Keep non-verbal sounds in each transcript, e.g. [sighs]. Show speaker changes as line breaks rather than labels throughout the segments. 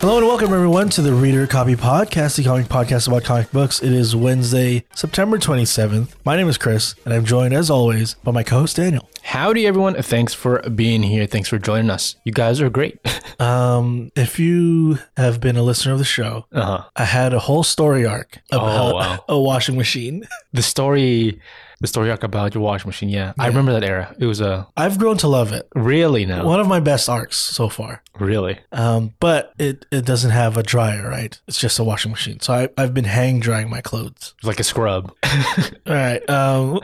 Hello and welcome everyone to the Reader Copy Podcast, the comic podcast about comic books. It is Wednesday, September 27th. My name is Chris, and I'm joined as always by my co-host Daniel.
Howdy, everyone. Thanks for being here. Thanks for joining us. You guys are great. [laughs]
Um, if you have been a listener of the show,
Uh-huh.
I had a whole story arc about
wow.
[laughs] a washing machine.
The story, the story arc about your washing machine. Yeah, I remember that era. It was a
I've grown to love it.
really now,
One of my best arcs so far.
really.
Um, but it, it doesn't have a dryer, right? It's just a washing machine. So I, I've been hang drying my clothes.
It was like a scrub. [laughs]
All right. Um,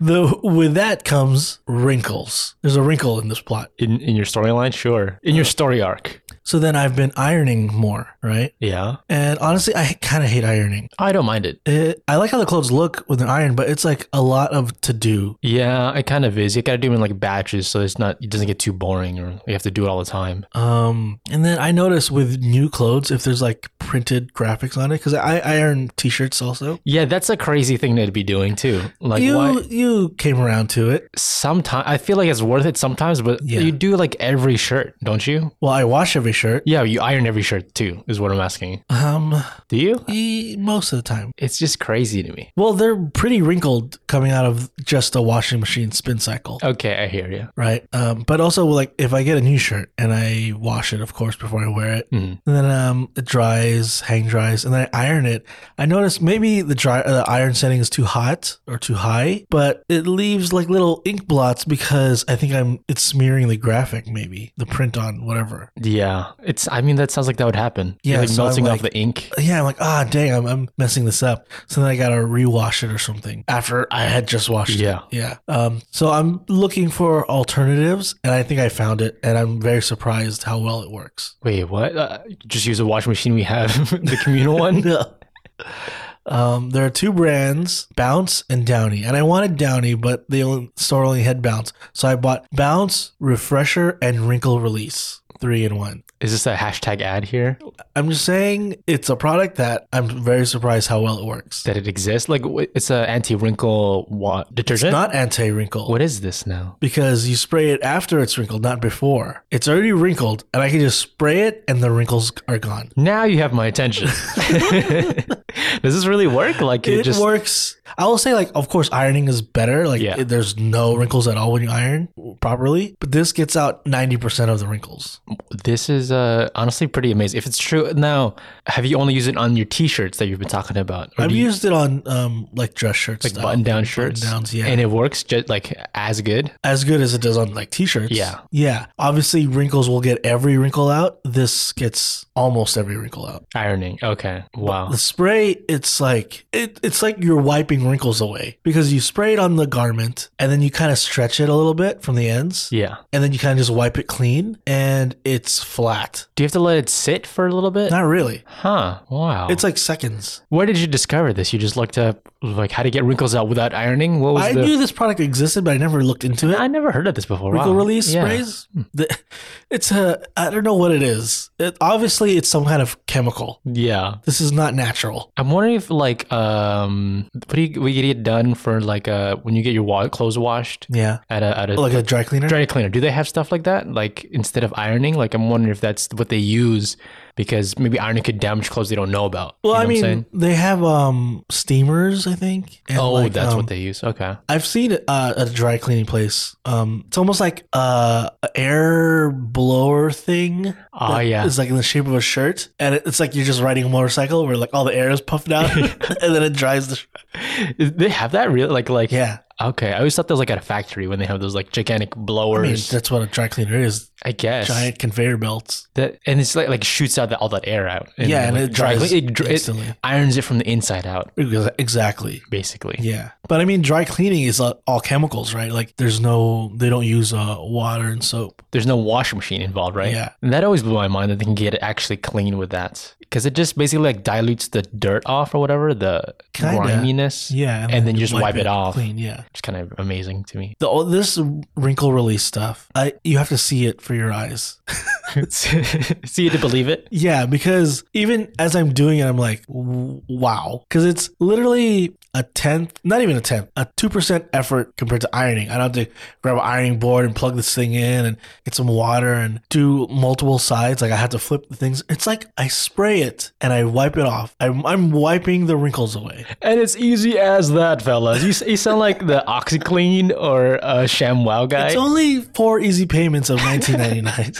the with that comes wrinkles. There's a wrinkle in this plot.
in in your storyline, sure. In your story arc,
So then I've been ironing more, right?
yeah.
And honestly, I kind of hate ironing.
I don't mind it.
It, I like how the clothes look with an iron, but it's like a lot of to do.
Yeah, it kind of is. You gotta do it in like batches, so it's not. It doesn't get too boring, or you have to do it all the time.
Um, and then I notice with new clothes if there's like printed graphics on it because I, I iron t-shirts also.
Yeah, that's a crazy thing to be doing too. Like
you
why?
you came around to it.
Sometimes I feel like it's worth it sometimes, but
Yeah.
you do like every shirt, don't you?
Well, I wash every shirt.
Yeah, you iron every shirt too, is what I'm asking.
Um,
Do you?
e- most of the time.
It's just crazy to me.
Well, they're pretty wrinkled coming out of just a washing machine spin cycle.
Okay, I hear you.
right? Um, but also, like, if I get a new shirt and I wash it, of course, before I wear it,
Mhm.
and then um, it dries, hang dries, and then I iron it. I notice maybe the dry uh, the iron setting is too hot or too high, but it leaves like little ink blots because I think I'm it's smearing the graphic, maybe the print on whatever.
Yeah, it's. I mean, that sounds like that would happen.
Yeah,
You're, like
so I'm
melting
like-
off the ink.
Yeah, I'm like, ah, dang, I'm, I'm messing this up. So then I gotta rewash it or something after I had just washed it.
Yeah.
Yeah. Um, so I'm looking for alternatives, and I think I found it, and I'm very surprised how well it
[laughs]
works.
Wait, what? Uh, just use a washing machine we have, [laughs] the
[laughs]
communal one.
Um, there are two brands, Bounce and Downy, and I wanted Downy, but the only, store only had Bounce, so I bought Bounce Refresher and Wrinkle Release, three in one.
Is this a hashtag ad here
I'm just saying it's a product that I'm very surprised how well it works.
that it exists? Like, wh- it's a anti wrinkle wa- detergent.
Not anti wrinkle.
what is this now?
because you spray it after it's wrinkled, not before. It's already wrinkled, and I can just spray it, and the wrinkles are gone.
Now you have my
[laughs]
attention. [laughs] Does this really work? Like,
It,
it just
works. I will say, like, of course, ironing is better. Like,
Yeah.
it- there's no wrinkles at all when you iron properly. But this gets out ninety percent of the wrinkles.
this is uh, honestly pretty amazing. If it's true, now have you only used it on your t-shirts that you've been talking about? Or
I've
do you-
used it on um like dress shirts,
like
style.
button down shirts,
downs, yeah.
and it works just like as good.
as good as it does on like t-shirts.
Yeah.
yeah. Obviously, wrinkles will get every wrinkle out. This gets almost every wrinkle out.
Ironing. Okay. Wow.
The spray, it's like it, it's like you're wiping wrinkles away because you spray it on the garment and then you kind of stretch it a little bit from the ends
Yeah.
and then you kind of just wipe it clean and it's flat.
Do you have to let it sit for a little bit?
Not really.
Huh. Wow.
It's like seconds.
Where did you discover this? You just looked up like how to get wrinkles out without ironing. What was
I
the?
knew this product existed, but I never looked into it.
I never heard of this before.
Wrinkle
wow.
release
Yeah. Hmm.
sprays. The- it's a I don't know what it is. It, obviously, it's some kind of chemical.
Yeah.
This is not natural.
I'm wondering if like um, what do you what do you get done for like uh when you get your wa- clothes washed
Yeah,
at a at a
like a dry cleaner.
dry cleaner? Do they have stuff like that? Like instead of ironing, like I'm wondering if that's what they use because maybe ironing could damage clothes they don't know about.
well,
You know
I
what I'm saying?
mean, they have um steamers, I think. and,
oh,
like,
that's
um,
what they use. Okay.
I've seen uh, a dry cleaning place. Um, it's almost like uh, an air blower thing.
Oh
that
yeah.
is like in the shape of a shirt, and it- it's like you're just riding a motorcycle where like all the air is puffed
[laughs]
out, and then it dries the. Sh-
they have that real like like
yeah,
Okay, I always thought that was like at a factory when they have those like gigantic
I mean
blowers. I,
that's what a dry cleaner is:
guess
giant conveyor belts.
that, and it's like like shoots out that, all that air out.
yeah,
then,
and
like,
it dries
dry- it, dr- it
instantly.
irons it from the inside out,
Exactly.
basically.
Yeah, but I mean, dry cleaning is uh, all chemicals, right? Like, there's no, they don't use uh, water and soap.
There's no washing machine involved, right?
Yeah.
and that always blew my mind that they can get it actually clean with that. because it just basically like dilutes the dirt off or whatever the
Kinda.
griminess.
Yeah,
and then you just wipe it off.
Clean, yeah.
It's kind of amazing to [laughs] me.
The, all this wrinkle release stuff, I you have to see it for your eyes.
See to believe it.
Yeah, because even as I'm doing it, I'm like, w- wow. Because it's literally a tenth, not even a tenth, a 2% effort compared to ironing. I don't have to grab an ironing board and plug this thing in and get some water and do multiple sides. Like I have to flip the things. It's like I spray it and I wipe it off. I'm, I'm wiping the wrinkles away.
And it's easy as that, fellas. You, s- you sound like the OxyClean or a ShamWow guy.
It's only four easy payments of 19.99.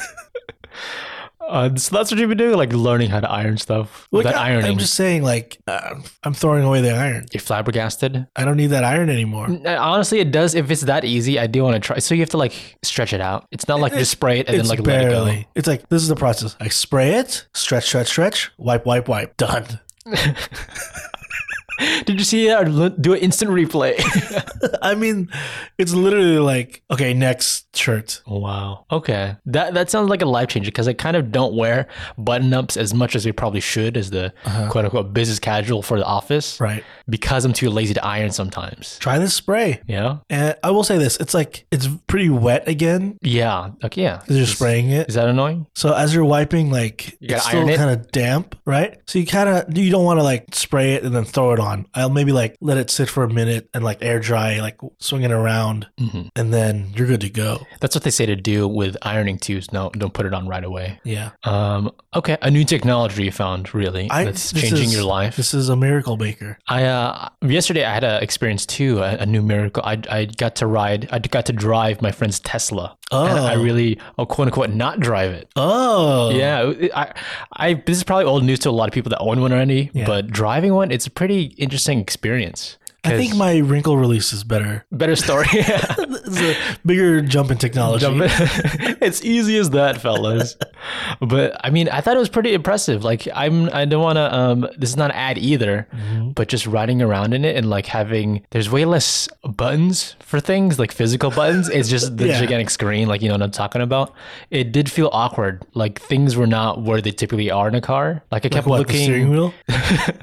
Uh, so that's what you've been doing, like learning how to iron stuff.
Like,
that
I-
ironing,
I'm just saying, like, uh, I'm throwing away the iron.
you're flabbergasted.
I don't need that iron anymore.
Uh, Honestly, it does. If it's that easy, I do want to try. So you have to like stretch it out. It's not like just spray it and then
it's
like let it
barely. It's like this is the process. I spray it, stretch, stretch, stretch, wipe, wipe, wipe. Done. [laughs]
go. [laughs] Did you see that? Or l- Do an instant replay. [laughs]
I mean, it's literally like okay, next shirt.
wow. Okay. That that sounds like a life changer because I kind of don't wear button ups as much as we probably should as the quote unquote business casual for the office
Uh-huh. Right.
because I'm too lazy to iron sometimes.
Try this spray.
You know?
And I will say this: it's like it's pretty wet again
Yeah. Okay. Yeah.
because you're spraying
Is
it.
that annoying?
So as you're wiping, like
gotta
it's still
iron it?
kind of damp, right? So you kind of you don't want to like spray it and then throw it on. I'll maybe like let it sit for a minute and like air dry, like swing it around,
Mhm.
and then you're good to go.
That's what they say to do with ironing too. Is no, don't put it on right away.
Yeah.
Um, okay, a new technology you found really
I-
that's
this
changing
is-
your life.
This is a miracle maker.
I uh, yesterday I had an experience too, a, a new miracle. I I got to ride, I got to drive my friend's Tesla, and I
Oh.
really, oh, quote unquote, not drive it.
Oh.
Yeah, it- I, I this is probably old news to a lot of people that own one already,
Yeah.
but driving one, it's a pretty interesting experience.
I think
'Cause-
my wrinkle release is better.
better story.
[laughs]
[laughs]
It's a bigger jump in technology.
Jump in. [laughs] it's easy as that, fellas. [laughs] but I mean, I thought it was pretty impressive. Like, I'm I don't want to. Um, this is not an ad either, but just riding around in it and like having there's way less buttons for things like physical buttons. It's just [laughs] the
Yeah.
gigantic screen, like you know what I'm talking about. It did feel awkward. Like things were not where they typically are in a car. Like I kept
What, the steering
looking
wheel?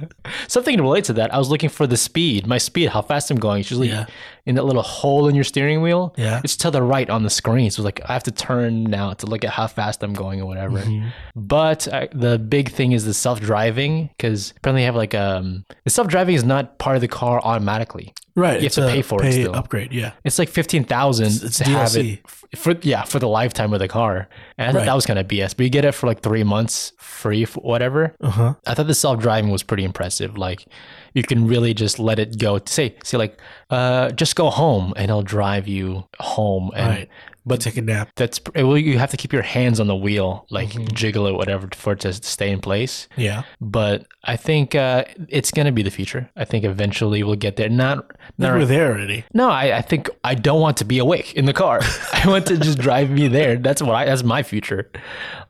something to relate to that. I was looking for the speed, my speed, how fast I'm going. It's usually
Yeah.
in that little hole in your steering wheel.
Yeah.
It's to the right on the screen. So like I have to turn now to look at how fast I'm going or whatever.
Mm-hmm.
But I, the big thing is the self-driving because apparently they have like um the self-driving is not part of the car automatically.
Right.
You have
it's
to
a
pay for it
pay
still.
upgrade. Yeah.
It's like fifteen thousand
it's
to have
DLC.
it f- for yeah for the lifetime of the car, and I thought
Right.
that was kind of BS. But you get it for like three months free, for whatever.
Uh huh.
I thought the self driving was pretty impressive. Like, you can really just let it go. Say, say like, uh, just go home, and it'll drive you home. And
Right.
but
Take a nap.
that's well, you have to keep your hands on the wheel, like
Mm-hmm.
jiggle it, whatever, for it to stay in place.
Yeah.
But I think uh, it's gonna be the future. I think eventually we'll get there. Not,
Like
not
We're there already.
no, I, I think I don't want to be awake in
[laughs]
the car. I want to just drive me there. That's what I, that's my future.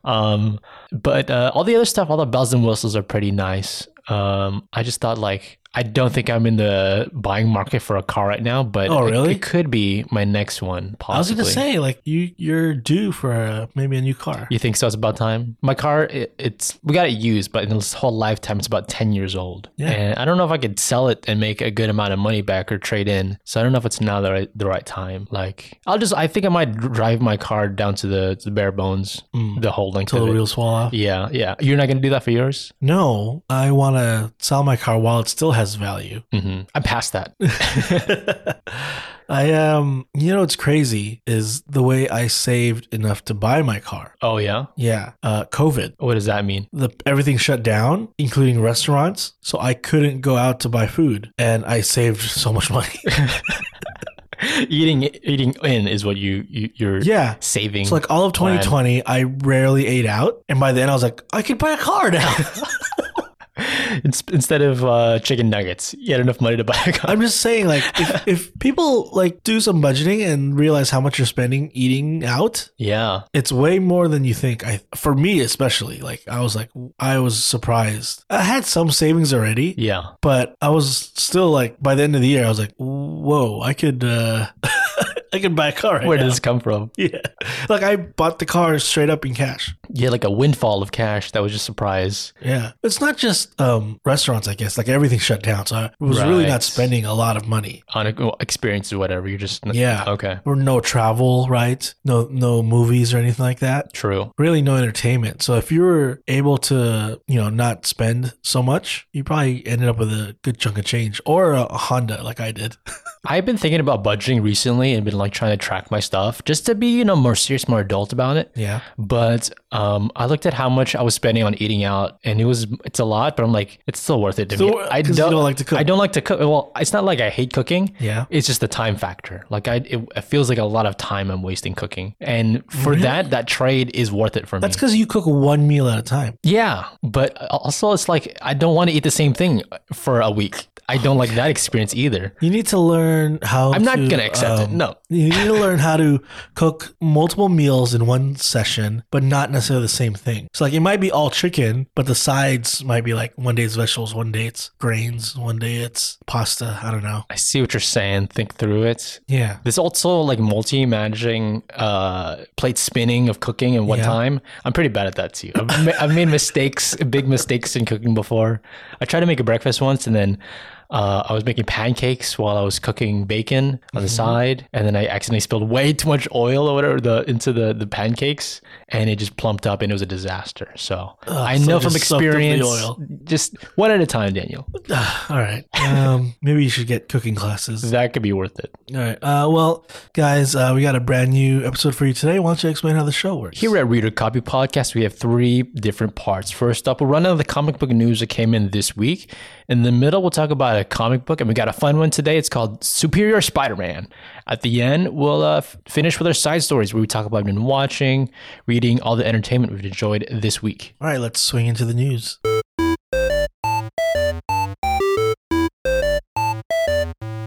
Um, but uh, all the other stuff, all the bells and whistles are pretty nice. Um, I just thought like I don't think I'm in the buying market for a car right now, but
Oh,
it-
really?
it, could be my next one. Possibly.
I was gonna say like you you're due for uh, maybe a new car.
You think so? It's about time. My car, it, it's we got it used, but in this whole lifetime, it's about ten years old.
Yeah.
And I don't know if I could sell it and make a good amount of money back or trade in. So I don't know if it's now the right, the right time. Like I'll just, I think I might dr- drive my car down to the, to the bare bones, the whole length
Till
of
Hmm. the
it.
wheels fall off.
Yeah, yeah. You're not gonna do that for yours.
No, I want to sell my car while it still has
[laughs]
value. [laughs]
hmm I'm past that.
I um, you know what's crazy is the way I saved enough to buy my car.
oh yeah.
Yeah, uh, COVID.
What does that mean? [laughs]
the everything shut down, including restaurants. So I couldn't go out to buy food, and I saved so much money. [laughs]
eating eating in is what you, you you're
yeah.
saving.
So like all of 2020, I rarely ate out, and by then I was like, I could buy a car now.
[laughs] Ins- Instead of uh, chicken nuggets, you had enough money to buy a car.
I'm just saying, like, if, if people like do some budgeting and realize how much you're spending eating out,
[laughs] yeah.
it's way more than you think. I for me especially, like, I was like, I was surprised. I had some savings already,
Yeah.
but I was still like by the end of the year I was like, whoa, I could uh [laughs] I can buy a car right
Where did
now.
this come from?
[laughs] Yeah. Like I bought the car straight up in cash.
Yeah, like a windfall of cash that was just surprise.
Yeah. It's not just um, restaurants, I guess. Like everything shut down. So I was really
Right.
not spending a lot of money.
on a, well, experiences, whatever. You're just
Yeah.
Okay,
Or no travel, right? No no movies or anything like that.
true.
Really no entertainment. So if you were able to, you know, not spend so much, you probably ended up with a good chunk of change or a, a Honda like I did.
I've been thinking about budgeting recently and been like trying to track my stuff just to be you know more serious, more adult about it.
Yeah.
But um, I looked at how much I was spending on eating out, and it was it's a lot, but I'm like it's still worth it to me.
So
I
'cause you don't like to cook.
I don't like to cook. Well, it's not like I hate cooking.
Yeah.
It's just the time factor. Like I, it, it feels like a lot of time I'm wasting cooking, and for that, that trade is worth it for me.
That's because you cook one meal at a time.
Yeah, but also it's like I don't want to eat the same thing for a week. I don't like that experience either.
You need to learn how
I'm not
to,
gonna accept it.
um,
No.
You need to learn how to cook multiple meals in one session, but not necessarily the same thing. So like it might be all chicken, but the sides might be like one day it's vegetables, one day it's grains, one day it's pasta. I don't know.
I see what you're saying. Think through it.
Yeah.
There's also like multi-managing uh, plate spinning of cooking and what
Yeah.
time. I'm pretty bad at that too. I've, ma- I've made mistakes, big mistakes in cooking before. I tried to make a breakfast once, and then uh, I was making pancakes while I was cooking bacon
Mm-hmm.
on the side, and then I accidentally spilled way too much oil or whatever the, into the the pancakes, and it just plumped up, and it was a disaster. So I
so
know
it
from
just soaked up the
experience,
oil.
just one at a time, Daniel.
[sighs] all right. Um, maybe you should get cooking classes.
That could be worth it.
All right. Uh, well, guys, uh, we got a brand new episode for you today. Why don't you explain how the show works?
Here at Reader Copy Podcast, we have three different parts. First up, we'll run out of the comic book news that came in this week. In the middle, we'll talk about a comic book, and we got a fun one today. It's called Superior Spider Man. At the end, we'll uh, f- finish with our side stories where we talk about what we've been watching, reading, all the entertainment we've enjoyed this week.
All right, let's swing into the news.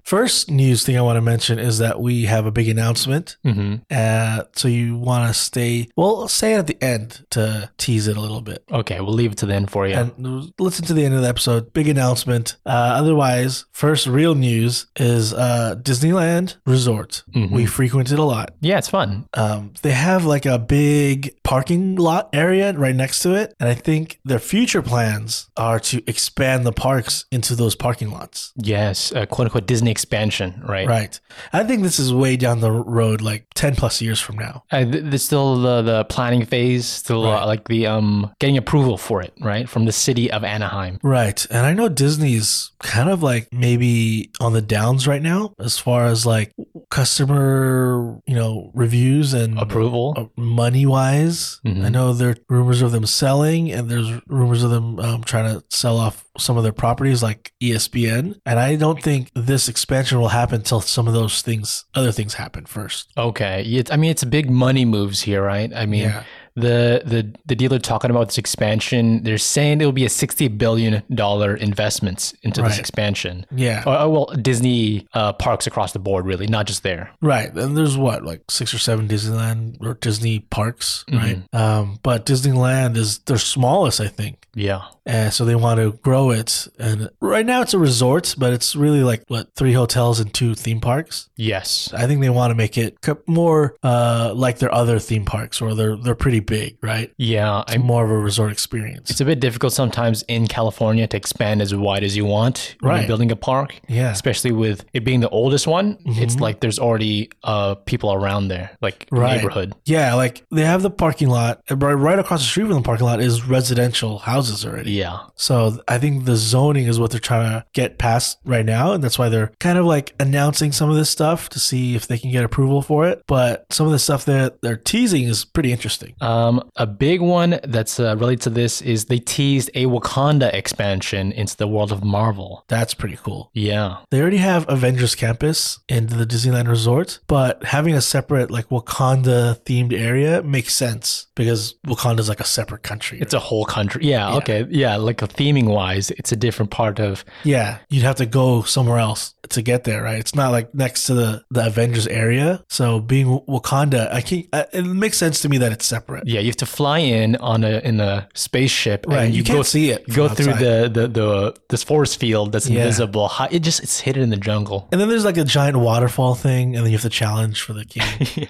First news thing I want to mention is that we have a big announcement.
Mm-hmm.
Uh, so you want to stay, well, I'll say it at the end to tease it a little bit.
Okay, we'll leave it to the end for you.
And listen to the end of the episode. Big announcement. Uh, otherwise, first real news is uh, Disneyland Resort.
Mhm.
We frequented a lot
yeah, it's fun.
um, they have like a big parking lot area right next to it. And I think their future plans are to expand the parks into those parking lots.
Yes, uh, quote unquote Disney expansion, right?
Right. I think this is way down the road, like 10 plus years from now.
Uh, th- there's still the, the planning phase, still uh,
Right.
like the um getting approval for it, right, from the city of Anaheim.
Right. And I know Disney's kind of like maybe on the downs right now as far as like customer, you know, reviews and
approval.
money wise.
Mhm.
uh, I know there are rumors of them selling, and there's rumors of them um, trying to sell off some of their properties, like E ESPN. And I don't think this expansion will happen until some of those things, other things, happen first.
Okay, it's, I mean it's big money moves here, right? I mean the the the dealer talking about this expansion, they're saying it will be a sixty billion dollar investments into this
Right.
expansion.
yeah,
Or, or, well, Disney uh, parks across the board, really, not just there.
right. And there's what, like six or seven Disneyland or Disney parks,
Mm-hmm.
right? Um, but Disneyland is their smallest, I think.
Yeah,
And so they want to grow it. And right now it's a resort, but it's really like, what, three hotels and two theme parks?
yes,
I think they want to make it co- more uh, like their other theme parks, where they're they're pretty big, right?
yeah.
It's more of a resort experience.
It's a bit difficult sometimes in California to expand as wide as you want when
Right.
you're building a park.
Yeah. Mm-hmm.
Especially with it being the oldest one, it's like there's already uh, people around there, like the
Right.
neighborhood.
Yeah, like they have the parking lot, and right, right across the street from the parking lot is residential houses already.
Yeah.
So I think the zoning is what they're trying to get past right now, and that's why they're kind of like announcing some of this stuff to see if they can get approval for it. But some of the stuff that they're teasing is pretty interesting.
Um, a big one that's uh, related to this is they teased a Wakanda expansion into the world of Marvel.
That's pretty cool.
Yeah,
They already have Avengers Campus in the Disneyland Resort, but having a separate like Wakanda themed area makes sense because Wakanda is like a separate country.
it's a whole country. Yeah,
Yeah.
okay, yeah, like a theming wise, it's a different part of.
yeah, you'd have to go somewhere else to get there, right? It's not like next to the, the Avengers area. So being Wakanda, I can it makes sense to me that it's separate.
Yeah, you have to fly in on a in a spaceship.
Right,
and
you can't see it
Go
from
through the,
outside.
the the this force field that's
Yeah.
invisible. Hi- It just it's hidden in the jungle.
And then there's like a giant waterfall thing, and then you have to challenge for
[laughs]
the king.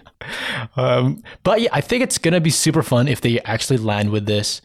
Um, but yeah, I think it's gonna be super fun if they actually land with this.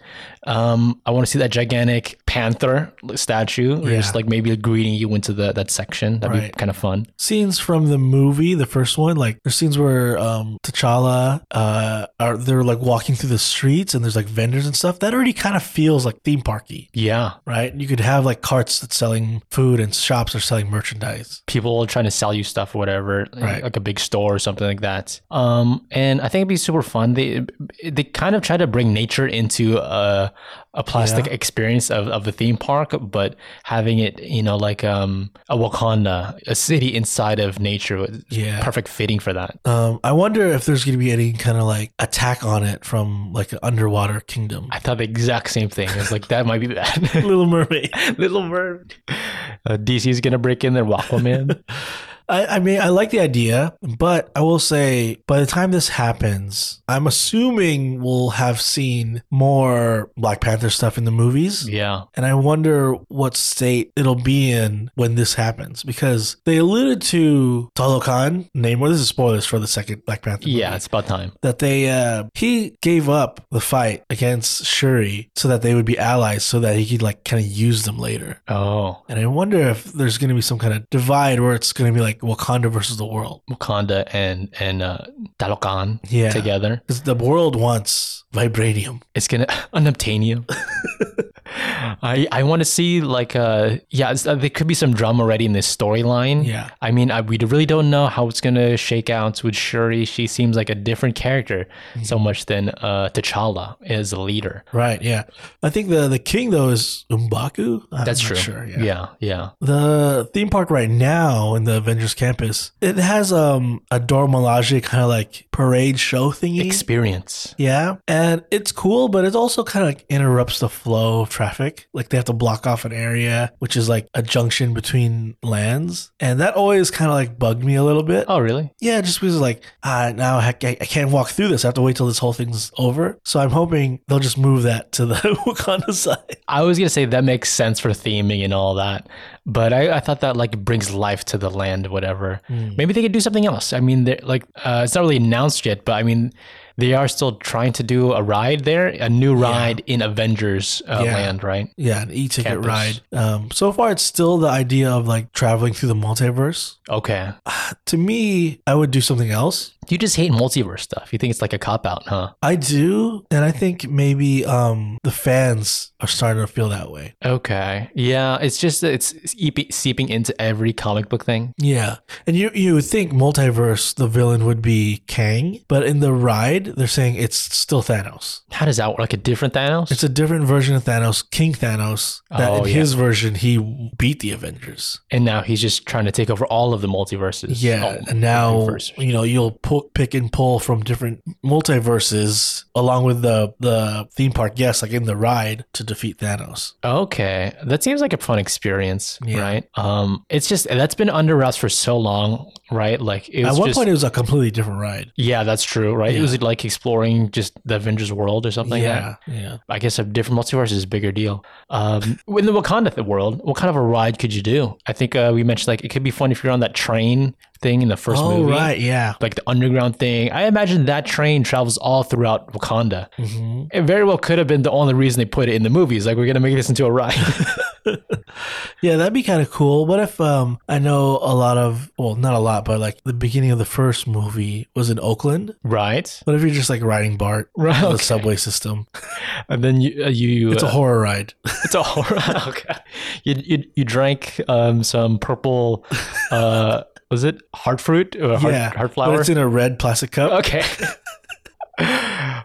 Um, I want to see that gigantic panther statue, or just
Yeah.
like maybe greeting you into the that section. That'd
Right.
be kind of fun.
scenes from the movie, the first one, like there's scenes where um, T'Challa uh, are they're like walking through the streets, and there's like vendors and stuff. That already kind of feels like theme parky,
Yeah,
right? You could have like carts that's selling food, and shops are selling merchandise.
people trying to sell you stuff or whatever,
Right.
like a big store or something like that. Um, and I think it'd be super fun. They they kind of try to bring nature into a a plastic
Yeah.
experience of, of the theme park, but having it, you know, like um, a Wakanda, a city inside of nature, was
Yeah.
perfect fitting for that.
Um, I wonder if there's going to be any kind of like attack on it from like an underwater kingdom.
I thought the exact same thing. It's like that might be
[laughs]
bad.
Little Mermaid.
Little Bird, uh, DC's gonna break in
[laughs]
there, Aquaman.
I, I mean, I like the idea, but I will say by the time this happens, I'm assuming we'll have seen more Black Panther stuff in the movies.
yeah,
And I wonder what state it'll be in when this happens because they alluded to Talo Khan, Namor. This is spoilers for the second Black Panther. movie
yeah, it's about time.
that they uh he gave up the fight against Shuri so that they would be allies so that he could like kind of use them later.
Oh,
And I wonder if there's going to be some kind of divide where it's going to be like Wakanda versus the world.
Wakanda and and uh, Talokan
Yeah.
together.
Cuz the world wants vibranium.
It's gonna [laughs]
[laughs]
unobtainium. I I want to see like uh yeah it's, uh, there could be some drama already in this storyline.
Yeah.
I mean I, we really don't know how it's gonna shake out with Shuri. She seems like a different character so
Mm-hmm.
much than uh T'Challa as a leader.
Right, yeah. I think the the king though is Umbaku. I'm
That's
not
true.
Sure, yeah.
yeah, yeah.
The theme park right now in the Avengers campus, it has um a Dora Milaje kind of like parade show thingy.
Experience.
Yeah, and it's cool, but it also kind of like interrupts the flow of traffic. Like they have to block off an area, which is like a junction between lands, and that always kind of like bugged me a little bit.
Oh really?
Yeah, just because like ah, now I, I I can't walk through this. I have to wait till this whole thing's over. So I'm hoping they'll just move that to the [laughs] Wakanda side.
I was gonna say that makes sense for theming and all that, but I, I thought that like brings life to the land, whatever. Maybe they could do something else. I mean, they're like uh, it's not really announced yet, but I mean, they are still trying to do a ride there, a new ride in Avengers uh,
Yeah.
land, right?
Yeah, an e-ticket
Campus.
ride. Um, so far it's still the idea of like traveling through the multiverse.
Okay,
To me, I would do something else.
you just hate multiverse stuff. You think it's like a cop out, huh?
I do, and I think maybe um, the fans are starting to feel that way.
Okay, yeah, it's just it's, it's eep- seeping into every comic book thing.
Yeah, and you you would think multiverse the villain would be Kang, but in the ride they're saying it's still Thanos.
How does that work? Like a different Thanos?
It's a different version of Thanos, King Thanos. That
Oh,
in
yeah.
his version he beat the Avengers.
and now he's just trying to take over all of the multiverses.
Yeah,
Oh,
and now
multiverses.
you know you'll pull, pick and pull from different multiverses along with the the theme park guests, like in the ride to defeat Thanos.
Okay, that seems like a fun experience,
Yeah.
right? Um, it's just that's been under wraps for so long, right? Like it was
At one
just,
point it was a completely different ride.
yeah, that's true, right? It
Yeah.
was like exploring just the Avengers world or something. like that.
yeah, yeah.
I guess a different multiverse is a bigger deal. Um, in the Wakanda th- world, what kind of a ride could you do? I think uh, we mentioned like it could be fun if you're on that train thing in the first
oh
movie,
right, yeah.
like the underground thing. I imagine that train travels all throughout Wakanda.
hmm
It very well could have been the only reason they put it in the movies. Like we're gonna make this into a ride.
Yeah, that'd be kind of cool. What if um I know a lot of well, not a lot, but like the beginning of the first movie was in Oakland.
right.
What if you're just like riding Bart
[laughs] Right,
on the
okay.
subway system?
And then you, uh, you
It's a
uh,
horror ride.
it's a [laughs] horror. okay, you you, you drank um, some purple, uh, [laughs] was it heart fruit or heart,
yeah,
heart
But
flower?
it's in a red plastic cup.
okay. [laughs]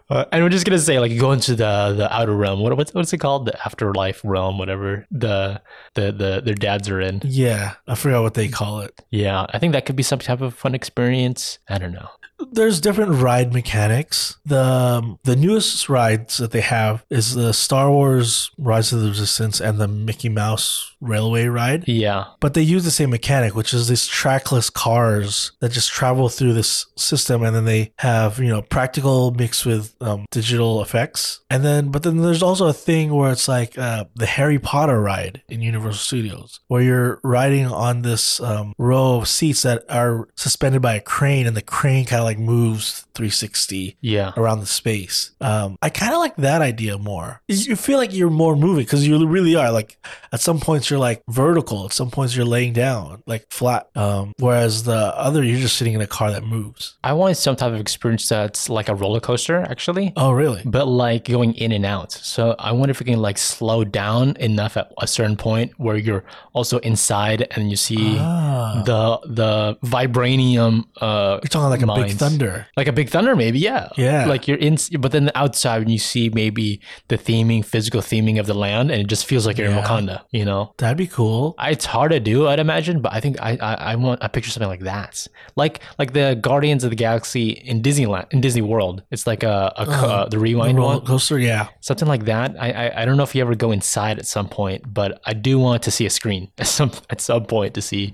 Uh, and we're just gonna say like you go into the the outer realm. What what's, what's it called? The afterlife realm, whatever the the the their dads are in.
Yeah, I forgot what they call it.
Yeah, I think that could be some type of fun experience. I don't know.
there's different ride mechanics. The um, the newest rides that they have is the Star Wars Rise of the Resistance and the Mickey Mouse Railway ride.
Yeah.
But they use the same mechanic, which is these trackless cars that just travel through this system, and then they have you know practical mixed with um, digital effects. And then, but then there's also a thing where it's like uh, the Harry Potter ride in Universal Studios, where you're riding on this um, row of seats that are suspended by a crane, and the crane kind of like moves 360
Yeah.
around the space. Um, I kind of like that idea more. You feel like you're more moving because you really are. Like at some points you're like vertical, at some points you're laying down like flat. Um, whereas the other you're just sitting in a car that moves.
I wanted some type of experience that's like a roller coaster, actually,
Oh really?
but like going in and out. So I wonder if we can like slow down enough at a certain point where you're also inside and you see
Ah.
the the vibranium, uh,
you're talking like a big
Mines.
thunder.
like a big thunder, maybe. Yeah,
Yeah.
Like you're in, but then outside and you see maybe the theming, physical theming of the land, and it just feels like you're
Yeah.
in Wakanda. You know,
That'd be cool.
I- it's hard to do, I'd imagine, but I think I, I, I want I picture something like that, like like the Guardians of the Galaxy in Disneyland in Disney World. It's like a, a co- uh,
Uh-huh.
the
The
rewind
roller
one,
coaster, yeah.
something like that. I, I I don't know if you ever go inside at some point, but I do want to see a screen [laughs] at some at some point to see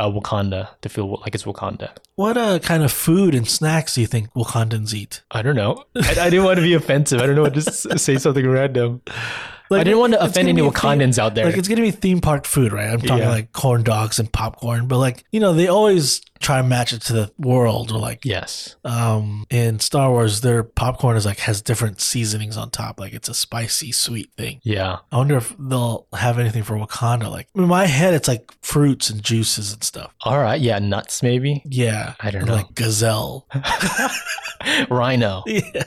uh, Wakanda to feel like it's Wakanda.
What uh, kind of food and snacks do you think Wakandans eat?
I don't know. I, I didn't want to be offensive. I don't know. [laughs] Just say something random. I didn't want to
it's
offend
gonna
any
be a theme-
Wakandans out there.
Like it's gonna be theme park food, right? I'm talking
Yeah.
like corn dogs and popcorn, but like you know they always try to match it to the world. Or like
yes.
um, in Star Wars, their popcorn is like has different seasonings on top. Like it's a spicy, sweet thing.
Yeah.
I wonder if they'll have anything for Wakanda. Like in my head, it's like fruits and juices and stuff.
All right. Yeah. Nuts maybe.
Yeah,
I don't
Or,
know.
Like gazelle.
[laughs] Rhino.
yeah.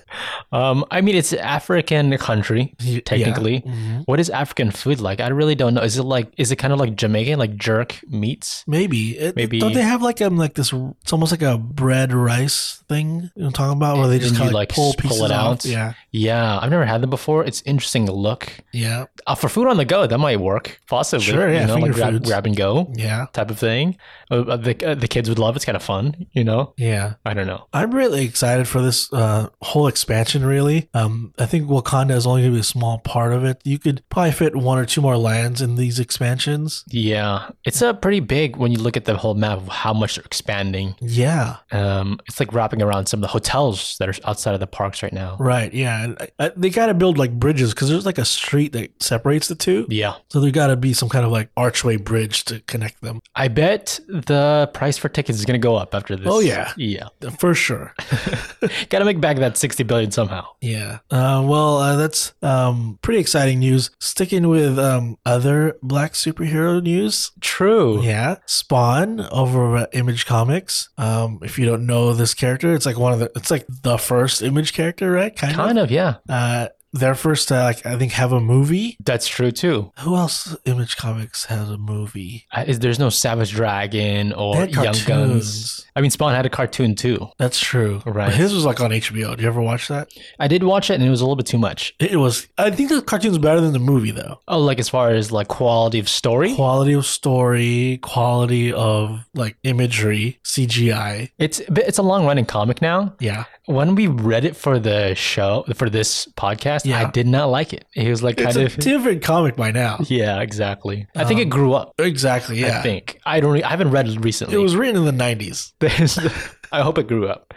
Um, I mean, it's an African country
Yeah.
technically.
Mhm.
What is African food like? I really don't know. Is it like is it kind of like Jamaican, like jerk meats?
Maybe. It,
Maybe-
Don't they have like um like this? It's almost like a bread rice thing. You know what I'm talking about? Where they just
And you,
kind of like,
like,
pull
s- pull
pieces
it
off.
out?
Yeah.
Yeah, I've never had them before. It's interesting to look
Yeah.
uh, for food on the go. That might work, possibly.
Sure, yeah,
you know,
finger
like grab,
foods.
grab and go
Yeah.
type of thing. Uh, uh, the uh, the kids would love. it. It's kind of fun, you know.
Yeah.
I don't know.
I'm really excited for this uh, whole expansion. Really, um, I think Wakanda is only going to be a small part of it. You could probably fit one or two more lands in these expansions.
Yeah, it's a pretty big when you look at the whole map of how much they're expanding.
Yeah,
Um, it's like wrapping around some of the hotels that are outside of the parks right now.
right. Yeah, and I, I, they got to build like bridges because there's like a street that separates the two.
Yeah.
So there got to be some kind of like archway bridge to connect them
I bet the price for tickets is going to go up after this.
Oh, yeah.
Yeah.
for sure.
Got to make back that 60 billion somehow.
Yeah. Uh, well, uh, that's um, pretty exciting news. Sticking with um, other black superhero news,
True.
Yeah, Spawn over at Image Comics. Um, if you don't know this character, it's like one of the it's like the first Image character, right? Kind,
Kind of, yeah.
Uh, their first, uh, like I think, have a movie.
That's true too.
Who else? Image Comics has a movie.
I- is- There's no Savage Dragon
They
or
had
Young Guns.
cartoons.
I mean, Spawn had a cartoon too.
That's true.
Right.
But his was like on HBO. Did you ever watch that?
I did watch it and it was a little bit too much.
It was. I think the cartoon's better than the movie though.
Oh, like as far as like quality of story,
Quality of story, quality of like imagery, CGI.
it's it's a long running comic now.
Yeah.
When we read it for the show for this podcast,
Yeah.
I did not like it. It was like
It's
kind
a
of
different comic by now.
[laughs] yeah, exactly. I think it grew up.
Exactly. Yeah.
I think I don't. re- I haven't read it recently.
It was written in the 90s.
There's, [laughs] I hope it grew up.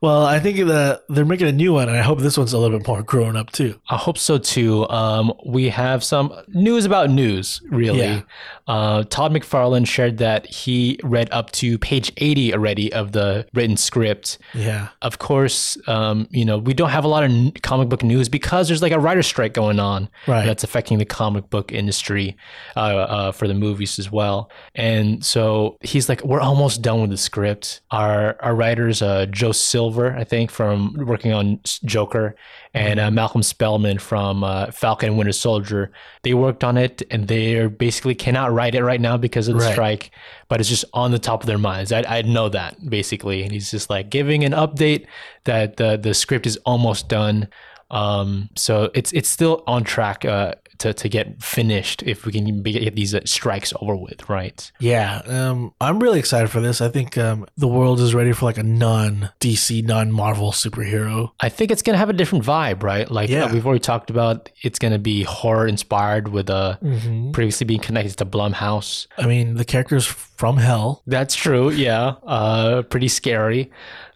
Well, I think the, they're making a new one, and I hope this one's a little bit more grown up too.
I hope so too. Um, we have some news about news, really.
Yeah.
Uh, Todd McFarlane shared that he read up to page 80 already of the written script.
Yeah.
Of course, um, you know, we don't have a lot of n- comic book news because there's like a writer's strike going on
Right.
that's affecting the comic book industry uh, uh, for the movies as well. And so he's like, we're almost done with the script. Our our writers, uh, Joe Silver, I think, from working on S- Joker, and uh, Malcolm Spellman from uh, Falcon and Winter Soldier, they worked on it, and they basically cannot write it right now because of the
Right.
strike. But it's just on the top of their minds. I, I know that basically, and he's just like giving an update that the the script is almost done. Um, so it's it's still on track uh, to, to get finished if we can be- get these uh, strikes over with, right?
Yeah, um, I'm really excited for this. I think um, the world is ready for like a non DC, non Marvel superhero.
I think it's gonna have a different vibe, right? Like
Yeah.
uh, we've already talked about, it's gonna be horror inspired with uh,
Mm-hmm.
previously being connected to Blumhouse.
I mean, the character's from hell.
That's true. Yeah. Uh, pretty scary.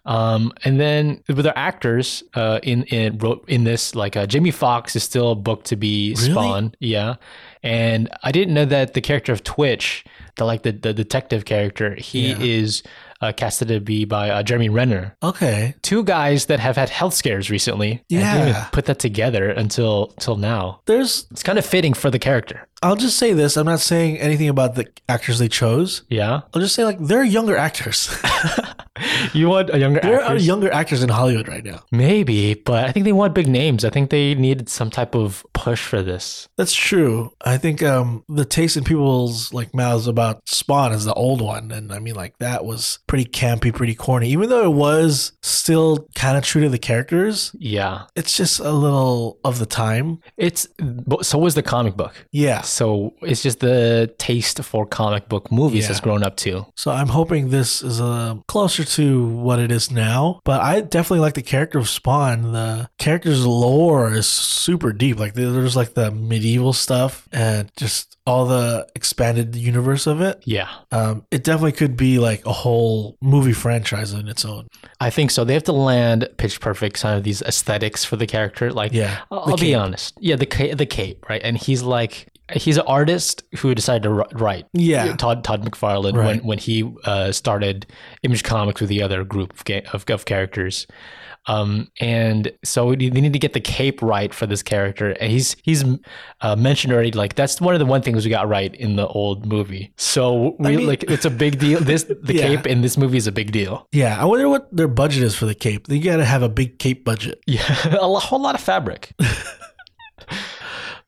Um, and then with our actors uh, in in wrote in this, like uh, Jamie Fox is still booked to be Spawn. Yeah. And I didn't know that the character of Twitch, the like the, the detective character, he is uh, casted to be by uh, Jeremy Renner.
Okay.
Two guys that have had health scares recently. and I didn't even
Yeah.
put that together until till now.
There's,
It's kind of fitting for the character.
I'll just say this. I'm not saying anything about the actors they chose.
Yeah.
I'll just say like they're younger actors. [laughs]
You want a younger
there
actor?
are younger actors in Hollywood right now.
Maybe, but I think they want big names. I think they needed some type of push for this.
That's true. I think um, the taste in people's like mouths about Spawn is the old one, and I mean like that was pretty campy, pretty corny. Even though it was still kind of true to the characters,
Yeah.
it's just a little of the time.
It's but so was the comic book.
Yeah.
So it's just the taste for comic book movies
Yeah.
has grown up too.
So I'm hoping this is uh, closer to what it is now. But I definitely like the character of Spawn. The character's lore is super deep. Like there- there's like the medieval stuff and just all the expanded universe of it.
Yeah.
Um, it definitely could be like a whole movie franchise on its own.
I think so. They have to land pitch perfect some of these aesthetics for the character. Like
Yeah.
I'll,
The
I'll be
cape.
honest. Yeah, the ca- the cape, right? And he's like he's an artist who decided to wri- write
Yeah.
Todd Todd McFarlane when
Right.
when he uh, started Image Comics with the other group of ga- of, of characters. Um, and so they need to get the cape right for this character. And he's he's uh, mentioned already like that's one of the one things we got right in the old movie. So we
I mean-
like it's a big deal.
[laughs]
This the
Yeah.
cape in this movie is a big deal.
Yeah. I wonder what their budget is for the cape. They got to have a big cape budget.
Yeah, [laughs] a lo- whole lot of fabric.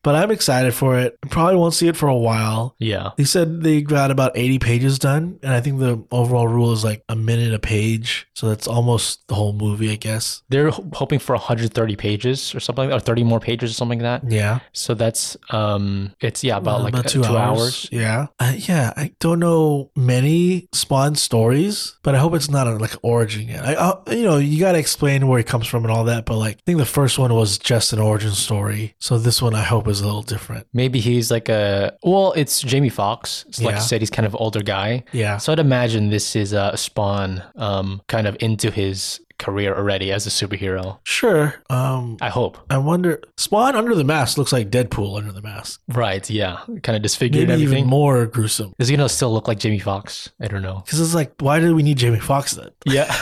But I'm excited for it. Probably won't see it for a while.
Yeah.
They said they got about 80 pages done, and I think the overall rule is like a minute a page. So that's almost the whole movie, I guess.
They're ho- hoping for 130 pages or something, like that, or 30 more pages or something like that.
Yeah.
So that's um, it's yeah about like uh, two, hours.
Yeah. Uh, yeah. I don't know many Spawn stories, but I hope it's not a, like origin yet. I, I, you know, you got to explain where he comes from and all that, but like I think the first one was just an origin story. So this one I hope is a little different.
Maybe he's like a well, it's Jamie Fox. So Like
Yeah.
you said, he's kind of older guy.
Yeah.
So I'd imagine this is a spawn, um, kind of into his career already as a superhero.
Sure. Um,
I hope.
I wonder. Spawn under the mask looks like Deadpool under the mask.
Right? Yeah. Kind of disfigured and
Maybe
everything.
even more gruesome.
Is he gonna still look like Jamie Fox? I don't know.
Because it's like, why do we need Jamie Fox then?
Yeah.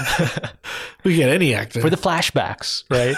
We get any actor.
[laughs] For the flashbacks, right?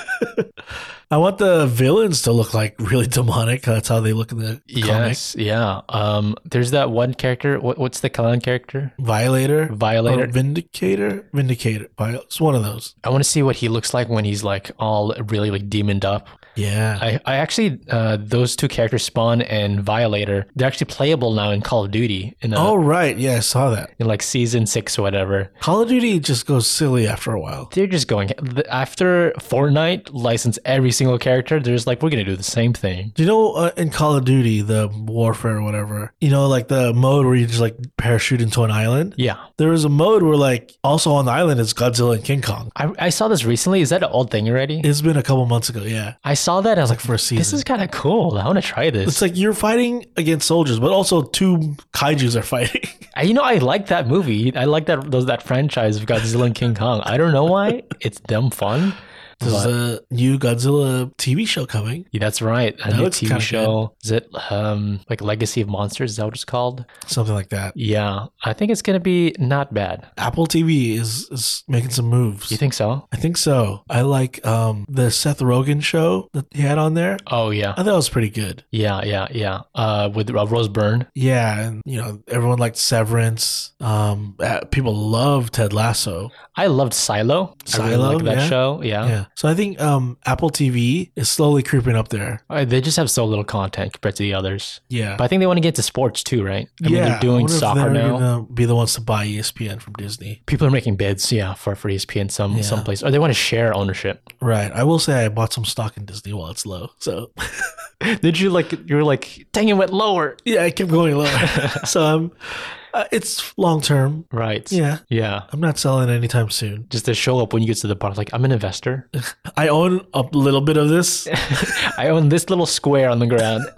I want the villains to look like really [laughs] demonic. That's how they look in the comic.
yes. Yeah. Um. There's that one character. What, what's the clown character?
Violator,
Violator.
or Vindicator, Vindicator. Viol- It's one of those.
I want to see what he looks like when he's like all really like demoned up.
Yeah,
I, I actually uh, those two characters Spawn and Violator they're actually playable now in Call of Duty in, uh
Oh right, yeah, I saw that.
in like season six or whatever.
Call of Duty just goes silly after a while.
They're just going after Fortnite licensed every single character. They're just like we're gonna do the same thing.
Do you know uh, in Call of Duty the warfare or whatever? You know, like the mode where you just like parachute into an island.
Yeah,
There is a mode where like also on the island is Godzilla and King Kong.
I, I saw this recently. Is that an old thing already?
It's been a couple months ago. Yeah,
I saw that. And I was like,
for a season.
this is kind of cool. I want to try this.
It's like you're fighting against soldiers, but also two kaiju's are [laughs] fighting.
I, you know, I like that movie. I like that those that franchise of Godzilla and King Kong. I don't
[laughs]
know why. It's dumb fun.
There's a new Godzilla TV show coming.
Yeah, that's right. A
That
new
looks
TV
kinda
show. Is it um like Legacy of Monsters? Is that what it's called?
Something like that.
Yeah. I think it's gonna be not bad.
Apple TV is, is making some moves.
You think so?
I think so. I like um, the Seth Rogen show that he had on there.
Oh yeah.
I thought it was pretty good.
Yeah, yeah, yeah. Uh with uh, Rose Byrne.
Yeah, and you know everyone liked Severance. Um, uh, people love Ted Lasso.
I loved Silo. I really
Silo,
liked that
yeah.
show. Yeah.
Yeah, So I think um, Apple TV is slowly creeping up there.
Uh, They just have so little content compared to the others.
Yeah.
But I think they want to get to sports too, right? I mean, they're
I
doing
wonder if
soccer
they're
now.
gonna be the ones to buy E ESPN from Disney.
People are making bids, yeah, for, E for ESPN some
Yeah.
someplace, or they want to share ownership. [laughs]
Right. I will say I bought some stock in Disney while it's low. So [laughs]
Did you like? You were like, dang it, went lower.
yeah, I kept going
[laughs]
lower. so um, uh, it's long term.
Right.
Yeah.
Yeah.
I'm not selling anytime soon.
Just to show up when you get to the bottom, like I'm an
[laughs]
investor.
I own a little bit of this.
I own this little square on the ground. [laughs]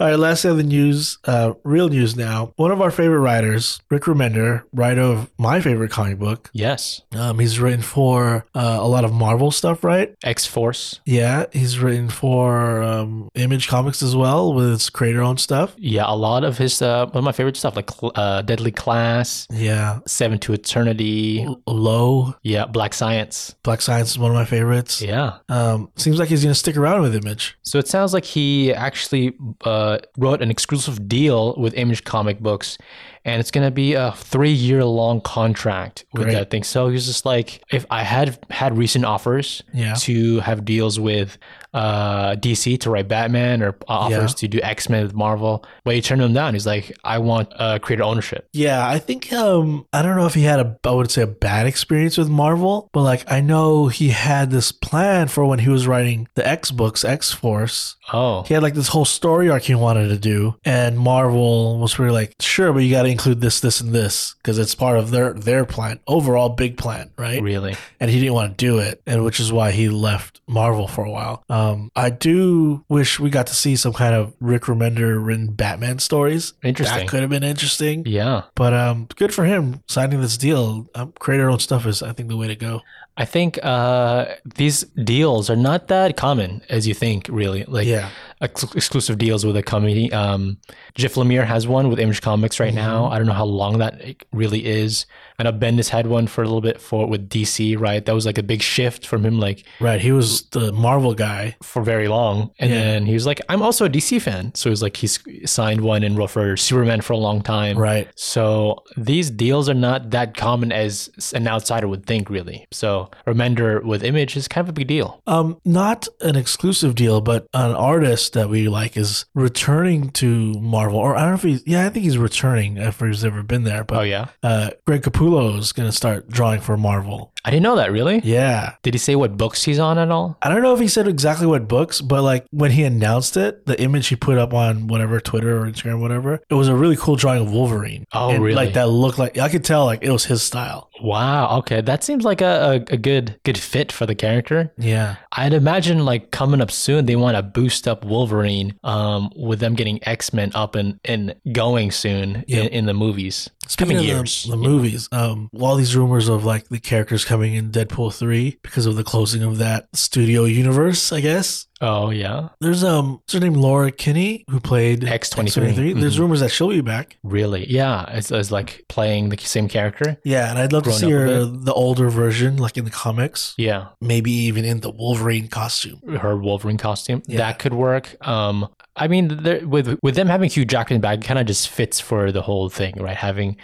All right, last thing on the news, uh, real news now. One of our favorite writers, Rick Remender, writer of my favorite comic book.
yes.
Um, he's written for uh, a lot of Marvel stuff, right?
X Force.
Yeah, he's written for um, Image Comics as well with its creator-owned stuff.
Yeah, a lot of his uh, one of my favorite stuff, like cl- uh, Deadly Class,
Yeah,
Seven to Eternity.
L- Low
Yeah, Black Science.
Black Science is one of my favorites.
Yeah.
Um, seems like he's gonna stick around with Image.
So it sounds like he actually uh, wrote an exclusive deal with Image Comic Books, and it's going to be a three-year-long contract with
Great.
that thing. So he was just like, if I had had recent offers
Yeah.
to have deals with uh, DC to write Batman, or offers
Yeah.
to do X Men with Marvel, but he turned them down. He's like, I want uh, creator ownership.
Yeah, I think um I don't know if he had a I would say a bad experience with Marvel, but like I know he had this plan for when he was writing the X books, X Force.
Oh,
He had like this whole story arc he wanted to do, and Marvel was really like, sure, but you got to include this, this, and this because it's part of their their plan, overall big plan, right?
really?
and he didn't want to do it, and which is why he left Marvel for a while. Um, I do wish we got to see some kind of Rick Remender written Batman stories.
Interesting.
That could have been interesting.
yeah.
But um, good for him signing this deal. Um, creator owned stuff is, I think, the way to go.
I think uh, these deals are not that common as you think, really. Like,
Yeah,
ex- exclusive deals with a company. Um, Jeff Lemire has one with Image Comics
Mm-hmm.
right now. I don't know how long that really is. I know Bendis had one for a little bit for with DC, right? That was like a big shift from him, like
right. He was the Marvel guy.
for very long. And
Yeah.
then he was like, "I'm also a DC fan," so he was like, he's signed one and wrote for Superman for a long time.
Right.
So these deals are not that common as an outsider would think, really. So Remender with Image is kind of a big deal.
Um, not an exclusive deal, but an artist that we like is returning to Marvel. Or I don't know if he's. Yeah, I think he's returning. If he's ever been there, but
Oh yeah,
uh, Greg Capullo is going to start drawing for Marvel.
I didn't know that. Really?
Yeah.
Did he say what books he's on at all?
I don't know if he said exactly what books, but like when he announced it, the image he put up on whatever Twitter or Instagram, whatever, it was a really cool drawing of Wolverine.
Oh,
And,
really?
Like that looked like I could tell like it was his style.
Wow. Okay, that seems like a, a, a good good fit for the character.
Yeah.
I'd imagine like coming up soon, they want to boost up Wolverine um, with them getting X Men up and, and going soon
Yeah.
in, in the movies.
Speaking
Coming
of the-
years.
the, movies, um, all these rumors of like the characters coming in Deadpool three because of the closing of that studio universe, I guess.
Oh yeah,
There's um, what's her name, Laura Kinney, who played
X-23.
There's
Mhm.
rumors that she'll be back.
really? Yeah, it's, it's like playing the same character.
Yeah, and I'd love to
Grown
see
up a
her the older version, like in the comics,
Yeah,
maybe even in the Wolverine costume.
her Wolverine costume
Yeah.
that could work. Um, I mean, there- with with them having Hugh Jackman back, kind of just fits for the whole thing, right? Having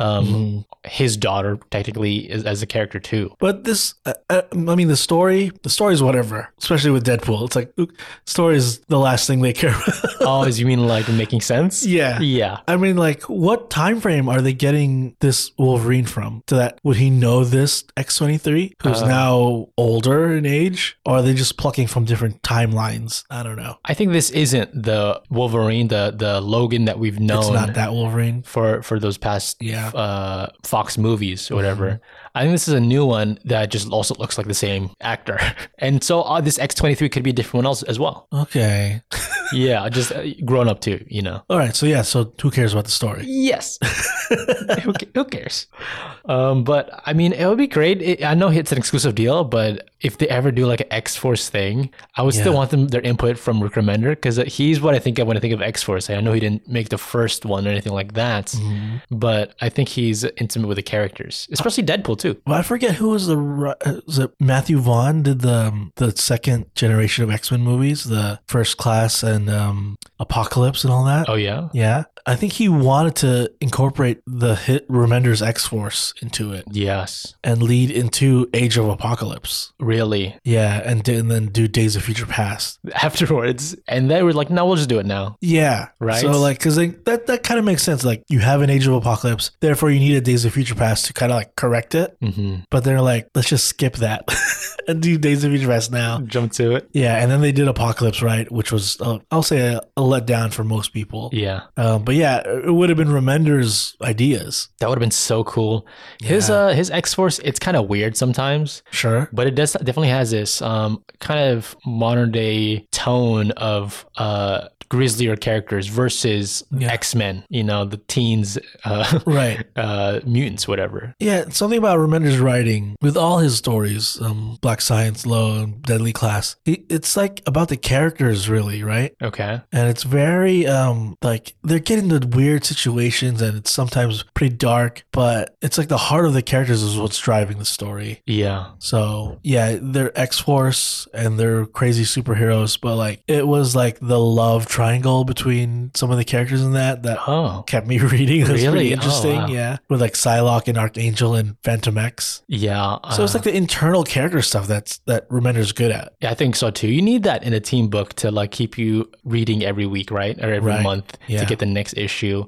um,
Mm-hmm.
his daughter technically as, as a character too.
But this, uh, uh, I mean, the story, the story is whatever, especially with Deadpool. It's like oop, story is the last thing they care about. [laughs]
Oh, as you mean like making sense?
yeah.
Yeah.
I mean, like, what time frame are they getting this Wolverine from? To that, would he know this X twenty three, who's
Uh.
now older in age, or are they just plucking from different timelines? I don't know.
I think this isn't the Wolverine, the the Logan that we've known
It's not that Wolverine.
for for those past
Yeah. Mm-hmm.
uh, Fox movies or whatever. I think this is a new one that just also looks like the same actor, [laughs] and so uh, this X twenty three could be a different one else as well.
Okay.
yeah, just uh, grown up too, you know.
All right. So yeah. So who cares about the story?
[laughs] Yes. who, ca- who cares? Um, but I mean, it would be great. It, I know it's an exclusive deal, but if they ever do like an X Force thing, I would still
Yeah.
want them their input from Rick Remender because he's what I think of when I think of X Force. I know he didn't make the Mm-hmm. first one or anything like that, but I think he's intimate with the characters, especially Deadpool too.
Well, I forget who was the ri- uh, was it Matthew Vaughn did the um, the second generation of X Men movies, the First Class and um, Apocalypse and all that.
Oh yeah,
Yeah, I think he wanted to incorporate the hit Remender's X Force into it
yes,
and lead into Age of Apocalypse.
really. [laughs]
Yeah, and, d- and then do Days of Future Past.
Afterwards, and they were like, "No, we'll just do it now."
Yeah,
Right.
So like, because that that kind of makes sense. Like, you have an Age of Apocalypse, therefore you need a Days of Future Past to kind of like correct it.
Mm-hmm.
But they're like, let's just skip that [laughs] and do Days of Future Past now.
Jump to it.
Yeah, and then they did Apocalypse, right? Which was, uh, I'll say, a, a letdown for most people.
Yeah,
Um, but yeah, it would have been Remender's ideas.
that would have been so cool. His
Yeah.
uh, his X Force, it's kind of weird sometimes.
Sure.
but it does definitely has this um, kind of modern day tone of uh, grislier characters versus
Yeah.
X Men. You know, the teens, uh, [laughs]
Right.
uh, mutants, whatever.
Yeah, something about Remender's writing with all his stories, um, Black Science, Low, and Deadly Class. He, it's like about the characters, really, right?
Okay,
and it's very um like they're getting into weird situations and it's sometimes pretty dark but it's like the heart of the characters is what's driving the story
yeah,
so yeah they're x-force and they're crazy superheroes but like it was like the love triangle between some of the characters in that that [laughs]
oh,
kept me reading it was
Really?
pretty
Oh,
interesting
wow.
yeah with like psylocke and archangel and phantom x
yeah.
so it's
uh,
like the internal character stuff that's that remender's good at
yeah, I think so too. You need that in a team book to like keep you reading every week, right, or every
Right.
month
Yeah.
to get the next issue.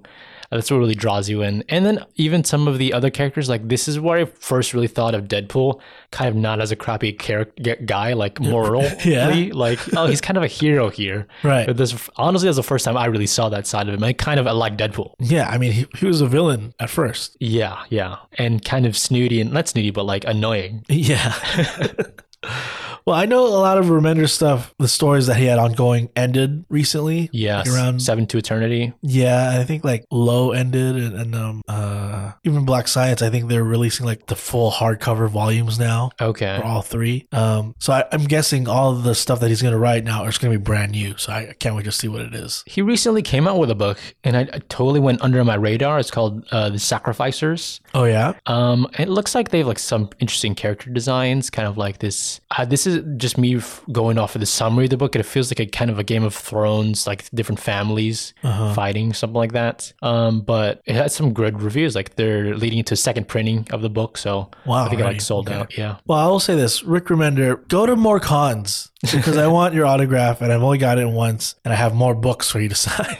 Uh, That's what really draws you in. And then even some of the other characters, like this is where I first really thought of Deadpool, kind of not as a crappy character guy, like morally,
[laughs] Yeah.
like oh, he's kind of a hero here.
Right.
But this honestly, that's the first time I really saw that side of him. I kind of I like Deadpool.
yeah i mean he, he was a villain at first
Yeah, yeah, and kind of snooty and not snooty, but like annoying. [laughs]
Yeah. [laughs] well, I know a lot of Remender stuff, the stories that he had ongoing ended recently.
Yeah,
Like around
seven to eternity.
yeah, I think like low ended and, and um uh even Black Science, I think they're releasing like the full hardcover volumes now
Okay.
for all three. Um so I, I'm guessing all of the stuff that he's gonna write now is gonna be brand new. So I, I can't wait to see what it is.
He recently came out with a book, and I, I totally went under my radar. It's called uh, "The Sacrificers."
Oh yeah?
Um, and it looks like they have like some interesting character designs, kind of like this. Uh, this is just me f- going off of the summary of the book. and It feels like a kind of a Game of Thrones, like different families
Uh-huh.
fighting, something like that. Um, but it had some good reviews. Like they're leading to second printing of the book, so
Wow.
I think it
already.
like sold
Okay.
out. Yeah,
Well, I will say this, Rick Remender, go to more cons because I want your autograph and I've only got it once and I have more books for you to [laughs] sign.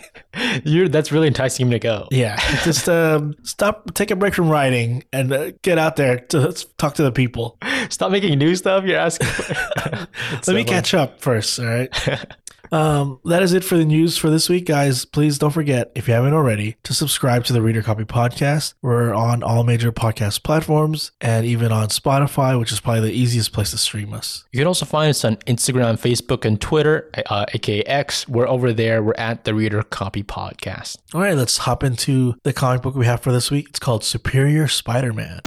You're, that's really enticing him to go.
Yeah, just um, stop, take a break from writing, and uh, get out there to let's talk to the people.
Stop making new stuff. You're asking.
[laughs]
[laughs]
Let me catch up first. All right. Um, that is it for the news for this week, guys. Please don't forget, if you haven't already, to subscribe to the Reader Copy Podcast. We're on all major podcast platforms and even on Spotify, which is probably the easiest place to stream us.
You can also find us on Instagram, Facebook, and Twitter, uh, aka X. We're over there. We're at the Reader Copy Podcast.
All right, let's hop into the comic book we have for this week. It's called Superior Spider Man.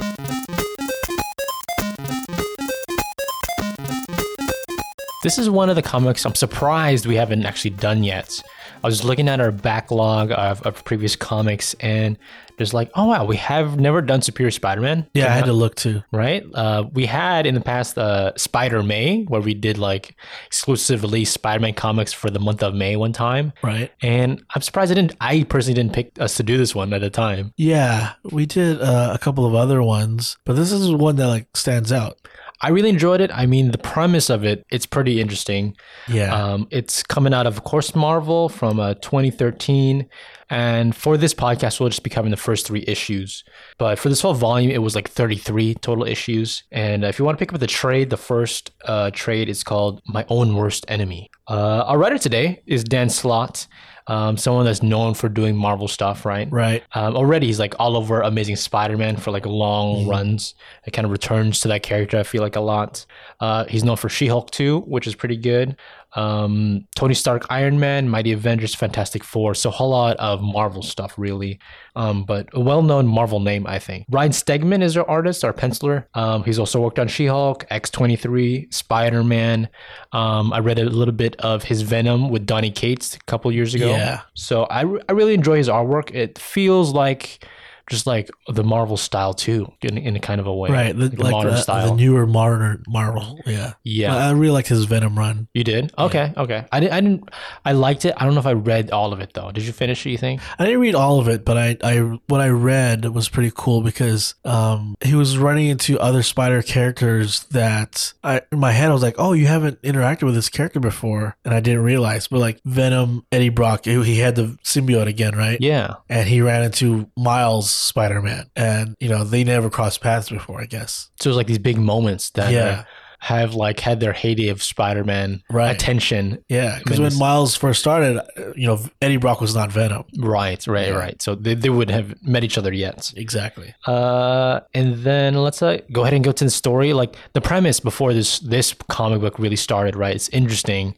This is one of the comics I'm surprised we haven't actually done yet. I was looking at our backlog of, of previous comics and there's like, oh wow, we have never done Superior Spider Man.
Yeah, I had to look too.
Right? Uh, we had in the past uh, Spider May, where we did like exclusively Spider Man comics for the month of May one time.
Right.
And I'm surprised I didn't, I personally didn't pick us to do this one at the time.
Yeah, we did uh, a couple of other ones, but this is one that like stands out.
I really enjoyed it. I mean, the premise of it, it's pretty interesting.
Yeah.
Um, it's coming out of, of course, Marvel from uh, 2013. And for this podcast, we'll just be covering the first three issues. But for this whole volume, it was like 33 total issues. And uh, if you want to pick up the trade, the first uh, trade is called My Own Worst Enemy. Uh, our writer today is Dan Slott, um, someone that's known for doing Marvel stuff, right?
right.
Um, already, he's like all over Amazing Spider-Man for like long runs. It kind of returns to that character. I feel like a lot. Uh, he's known for She-Hulk too, which is pretty good. Um, Tony Stark, Iron Man, Mighty Avengers, Fantastic Four. So a whole lot of Marvel stuff, really. Um, but a well-known Marvel name, I think. Ryan Stegman is our artist, our penciler. Um, he's also worked on She-Hulk, X-23, Spider-Man. Um, I read a little bit of his Venom with Donny Cates a couple years ago.
Yeah.
So I, re- I really enjoy his artwork. It feels like just like the Marvel style too, in, in a kind of a way,
Right, the,
Like, the
like
modern
the,
style.
the newer modern Marvel. Yeah,
yeah,
I I really liked his Venom run.
you did. Okay, okay. I didn't. I didn't. I liked it. I don't know if I read all of it though. Did you finish it? You think?
I didn't read all of it, but I, I what I read was pretty cool because um, he was running into other Spider characters that I in my head I was like, oh, you haven't interacted with this character before, and I didn't realize. But like Venom, Eddie Brock, he he had the symbiote again, right?
Yeah.
And he ran into Miles Spider Man, and you know they never crossed paths before, I guess.
So it was like these big moments that
Yeah.
uh, have like had their heyday of Spider-Man
Right.
attention.
Yeah, because
Menace.
when Miles first started, uh, you know Eddie Brock was not Venom.
Right, right,
Yeah.
right. So they, they would have met each other yet.
Exactly.
Uh, and then let's uh, go ahead and go to the story. Like the premise before this this comic book really started, right? It's interesting.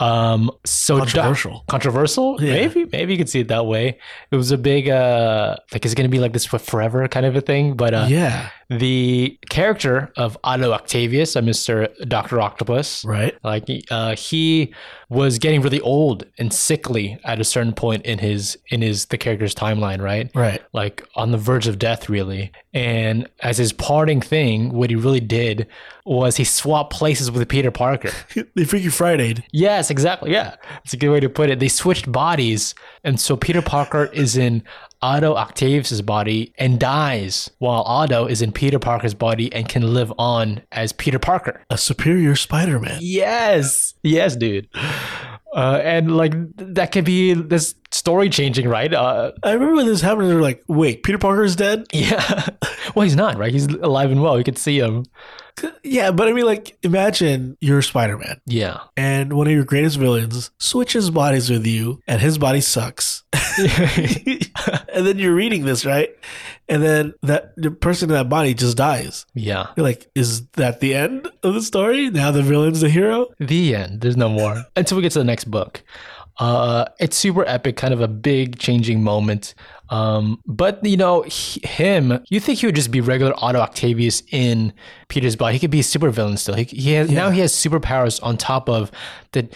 Um, so Doc-
Controversial.
controversial
Yeah.
maybe maybe you could see it that way it was a big uh like is it gonna be like this for forever kind of a thing but uh
yeah.
the character of otto octavius uh, mr dr octopus
Right.
like uh, he was getting really old and sickly at a certain point in his in his the character's timeline right
Right.
like on the verge of death really and as his parting thing what he really did was he swapped places with peter [laughs] parker
they freaking Friday.
Yes, exactly. Yeah, it's a good way to put it. They switched bodies, and so Peter Parker [laughs] is in Otto Octavius's body and dies, while Otto is in Peter Parker's body and can live on as Peter Parker.
a superior Spider-Man.
Yes, yes, dude. Uh, and like that could be this story changing, right? Uh, [laughs]
I remember when this happened, they were like, "Wait, Peter Parker is dead?"
yeah. well, he's not, right? He's alive and well. You could see him.
Yeah, but I mean, like, imagine you're Spider-Man,
Yeah.
and one of your greatest villains switches bodies with you, and his body sucks. and then you're reading this, right? And then that the person in that body just dies.
yeah.
You're like, is that the end of the story? Now the villain's the hero?
The end. There's no more until we get to the next book. Uh, it's super epic, kind of a big changing moment. Um, but you know, he, him, you think he would just be regular Otto Octavius in Peter's body? He could be a super villain still. He, he has now he has superpowers on top of the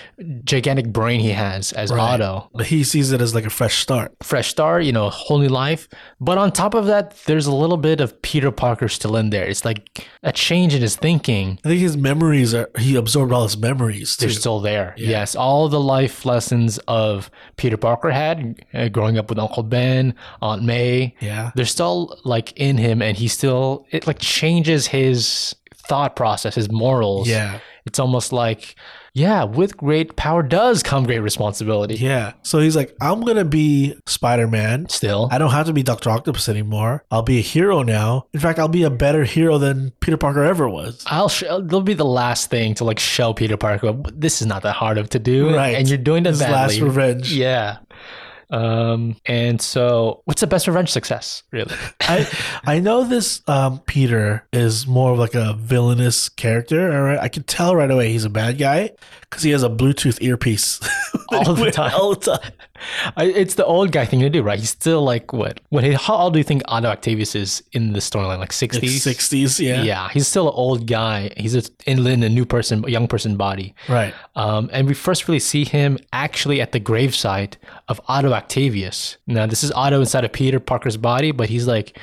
gigantic brain he has as Otto.
But he sees it as like a fresh start.
Fresh start, you know, whole new life. But on top of that, there's a little bit of Peter Parker still in there. It's like a change in his thinking.
I think his memories are, he absorbed all his memories too.
they're still there. Yes, all the life lessons of Peter Parker had uh, growing up with Uncle Ben, Aunt May.
Yeah.
They're still like in him, and he still it like changes his thought process, his morals.
Yeah.
it's almost like yeah, with great power does come great responsibility.
Yeah. So he's like, I'm going to be Spider-Man.
Still,
I don't have to be Dr. Octopus anymore. I'll be a hero now. In fact, I'll be a better hero than Peter Parker ever was.
I'll sh- they'll be the last thing to like show Peter Parker. This is not that hard of to do,
Right.
And you're doing that
His last
badly.
revenge.
yeah. Um, and so what's the best revenge success, really?
I I know this um, Peter is more of like a villainous character. All right, I can tell right away he's a bad guy because he has a Bluetooth earpiece [laughs]
[laughs] All the time. [laughs]
all the time.
I, it's the old guy thing to do, right? He's still like what? What? How old do you think Otto Octavius is in the storyline? Like
Like
sixties.
60s, yeah.
yeah, he's still an old guy. He's a, in, in a new person, young person body.
Right.
Um, and we first really see him actually at the gravesite of Otto Octavius. Now, this is Otto inside of Peter Parker's body, but he's like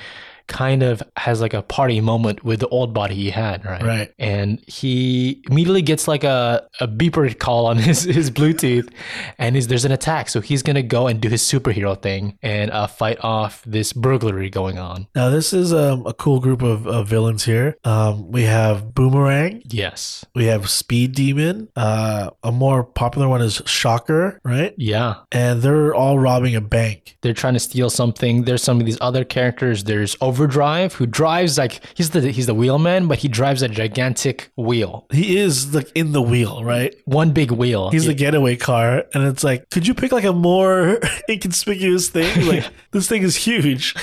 kind of has like a party moment with the old body he had, right?
Right.
And he immediately gets like a, a beeper call on [laughs] his, his Bluetooth and is there's an attack. So he's going to go and do his superhero thing and uh, fight off this burglary going on.
Now this is um, a cool group of, of villains here. Um, we have Boomerang.
Yes.
We have Speed Demon. Uh, a more popular one is Shocker, right?
Yeah.
And they're all robbing a bank.
they're trying to steal something. There's some of these other characters. There's Overdrive, who drives like he's the he's the wheelman, but he drives a gigantic wheel,
He is like in the wheel, right?
one big wheel.
He's the getaway car, and it's like, could you pick like a more [laughs] inconspicuous thing? Like this thing is huge.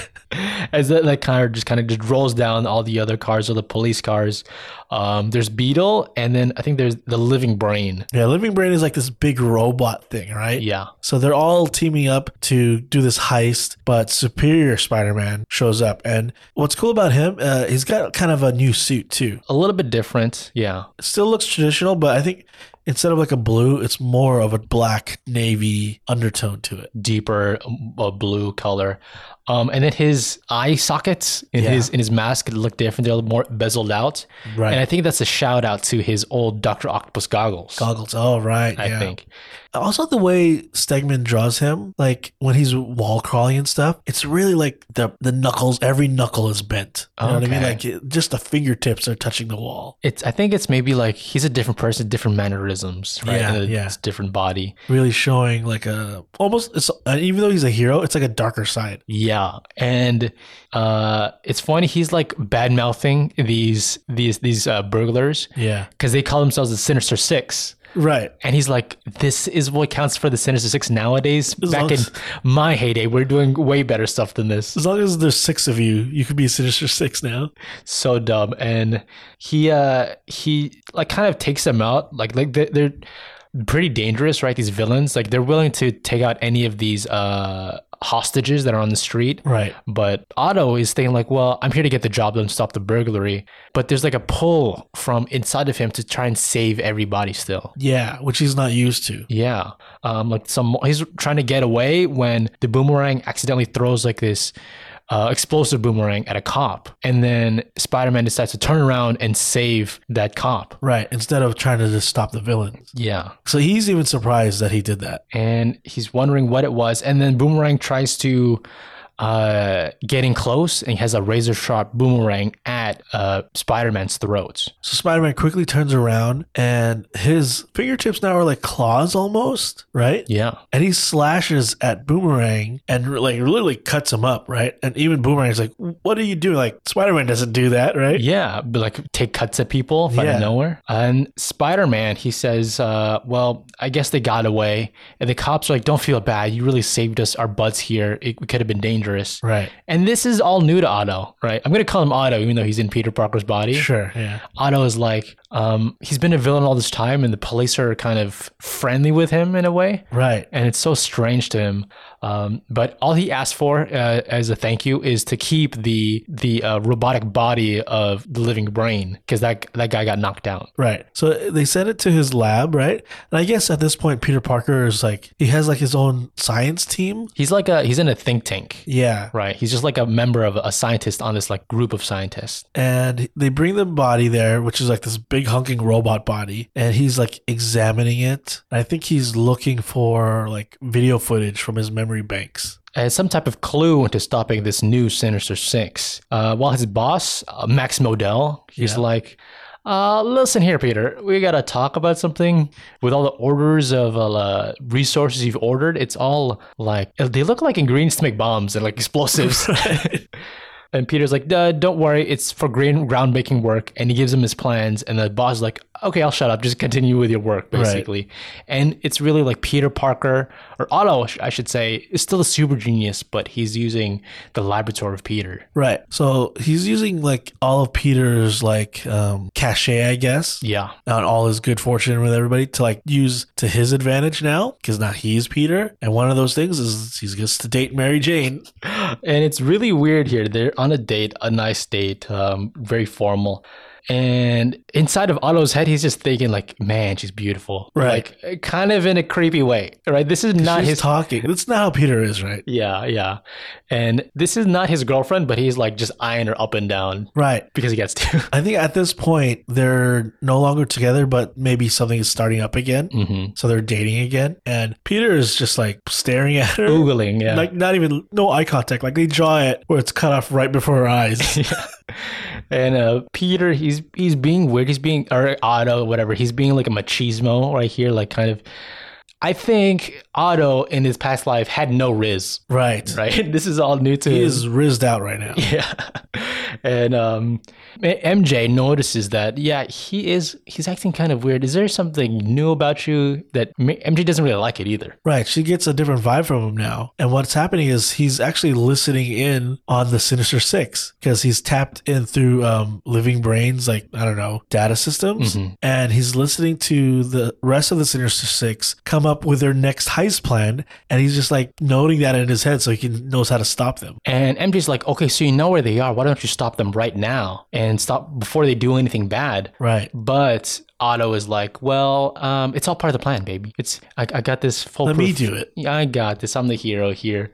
as that like kind of just kind of just rolls down all the other cars or the police cars. Um, there's Beetle, and then I think there's the Living Brain.
Yeah, Living Brain is like this big robot thing, right?
Yeah,
So they're all teaming up to do this heist, but Superior Spider-Man shows up, and what's cool about him, uh, he's got kind of a new suit too.
a little bit different. Yeah,
Still looks traditional, but I think instead of like a blue, it's more of a black navy undertone to it.
deeper um, uh, blue color. Um, and then his eye sockets in
Yeah.
his in his mask look different. They're more bezeled out.
Right.
And I think that's a shout out to his old Doctor Octopus goggles.
Goggles. Oh, right.
I
yeah.
think.
Also, the way Stegman draws him, like when he's wall crawling and stuff, it's really like the the knuckles. Every knuckle is bent. You know what I mean?
Okay.
Like it- just the fingertips are touching the wall.
It's I think it's maybe like he's a different person, different mannerisms, right?
Yeah,
And a
yeah.
different body.
Really showing like a almost. It's uh, even though he's a hero, it's like a darker side.
Yeah, and uh, it's funny. He's like bad mouthing these these these uh, burglars
Yeah.
because they call themselves the Sinister Six,
Right.
and he's like, "This is what counts for the Sinister Six nowadays." Back
long
in
as-
my heyday, we're doing way better stuff than this.
As long as there's six of you, you could be a Sinister Six now.
So dumb, and he uh he like kind of takes them out. Like like they're. they're pretty dangerous right these villains like they're willing to take out any of these uh hostages that are on the street
Right.
But Otto is thinking like, well, I'm here to get the job done, and stop the burglary. But there's like a pull from inside of him to try and save everybody still.
Yeah, which he's not used to.
Yeah, um, like some he's trying to get away when the boomerang accidentally throws like this uh, explosive boomerang at a cop, and then Spider-Man decides to turn around and save that cop.
Right. Instead of trying to just stop the villains.
Yeah,
So he's even surprised that he did that.
and he's wondering what it was, and then boomerang tries to uh getting close and he has a razor sharp boomerang at uh spider-man's throat
So Spider Man quickly turns around and his fingertips now are like claws almost, right?
Yeah.
And he slashes at Boomerang and like literally cuts him up, right? And even Boomerang's like, What are you doing? Like, Spider Man doesn't do that, right?
Yeah. But like take cuts at people from out
Yeah.
of nowhere. And Spider Man, he says, uh, well, I guess they got away. And the cops are like, don't feel bad. You really saved us our butts here. It could have been dangerous.
Right.
And this is all new to Otto, right? I'm going to call him Otto, even though he's in Peter Parker's body.
Sure. Yeah.
Otto is like, um, he's been a villain all this time, and the police are kind of friendly with him in a way.
Right.
and it's so strange to him. Um, but all he asked for uh, as a thank you is to keep the the uh, robotic body of the living brain because that that guy got knocked out.
Right. So they sent it to his lab, right? And I guess at this point, Peter Parker is like, he has like his own science team.
He's like a he's in a think tank,
Yeah.
right? He's just like a member of a scientist on this like group of scientists.
and they bring the body there, which is like this big hunking robot body, and he's like examining it. I think he's looking for like video footage from his memory banks.
As some type of clue into stopping this new Sinister Six, uh, while his boss uh, Max Modell, he's
Yeah.
like. Uh, listen here, Peter. We gotta talk about something. With all the orders of uh, resources you've ordered, it's all like uh, they look like ingredients to make bombs and like explosives. [laughs] and Peter's like, Duh, "Don't worry, it's for grand groundbreaking work." And he gives him his plans, and the boss is like, "Okay, I'll shut up. Just continue with your work, basically." And it's really like Peter Parker or Otto, I should say, is still a super genius, but he's using the laboratory of Peter.
Right. So he's using like all of Peter's like um cachet, I guess.
Yeah,
On all his good fortune with everybody to like use to his advantage now, because now he's Peter. And one of those things is he gets to date Mary Jane.
and it's really weird here. They're on a date, a nice date, um, very formal. And inside of Otto's head, he's just thinking like, "Man, she's beautiful."
Right.
Like, uh, kind of in a creepy way, right? This is not
She's
his.
talking. That's not how Peter is, right?
yeah, yeah. And this is not his girlfriend, but he's like just eyeing her up and down
Right.
because he gets to. [laughs]
I think at this point they're no longer together, but maybe something is starting up again.
mm-hmm.
So they're dating again, and Peter is just like staring at her,
Googling, yeah.
like not even no eye contact. Like they draw it where it's cut off right before her eyes.
and uh, Peter, he's he's being weird. He's being or Otto, whatever. He's being like a machismo right here, like kind of. I think Otto in his past life had no Riz,
right.
[laughs] right? This is all new to
He
him.
is rizzed out right now.
[laughs] Yeah, and um, M- MJ notices that. Yeah, he is. He's acting kind of weird. Is there something new about you that M- MJ doesn't really like it either?
Right. She gets a different vibe from him now. And what's happening is he's actually listening in on the Sinister Six because he's tapped in through um, Living Brain's, like, I don't know, data systems. And he's listening to the rest of the Sinister Six come up with their next heist plan. And he's just like noting that in his head so he can knows how to stop them.
And MJ's like, okay, so you know where they are. Why don't you stop stop them right now and stop before they do anything bad.
Right.
But Otto is like, well, um, it's all part of the plan, baby. It's I, I got this full.
Let me do it.
I got this. I'm the hero here.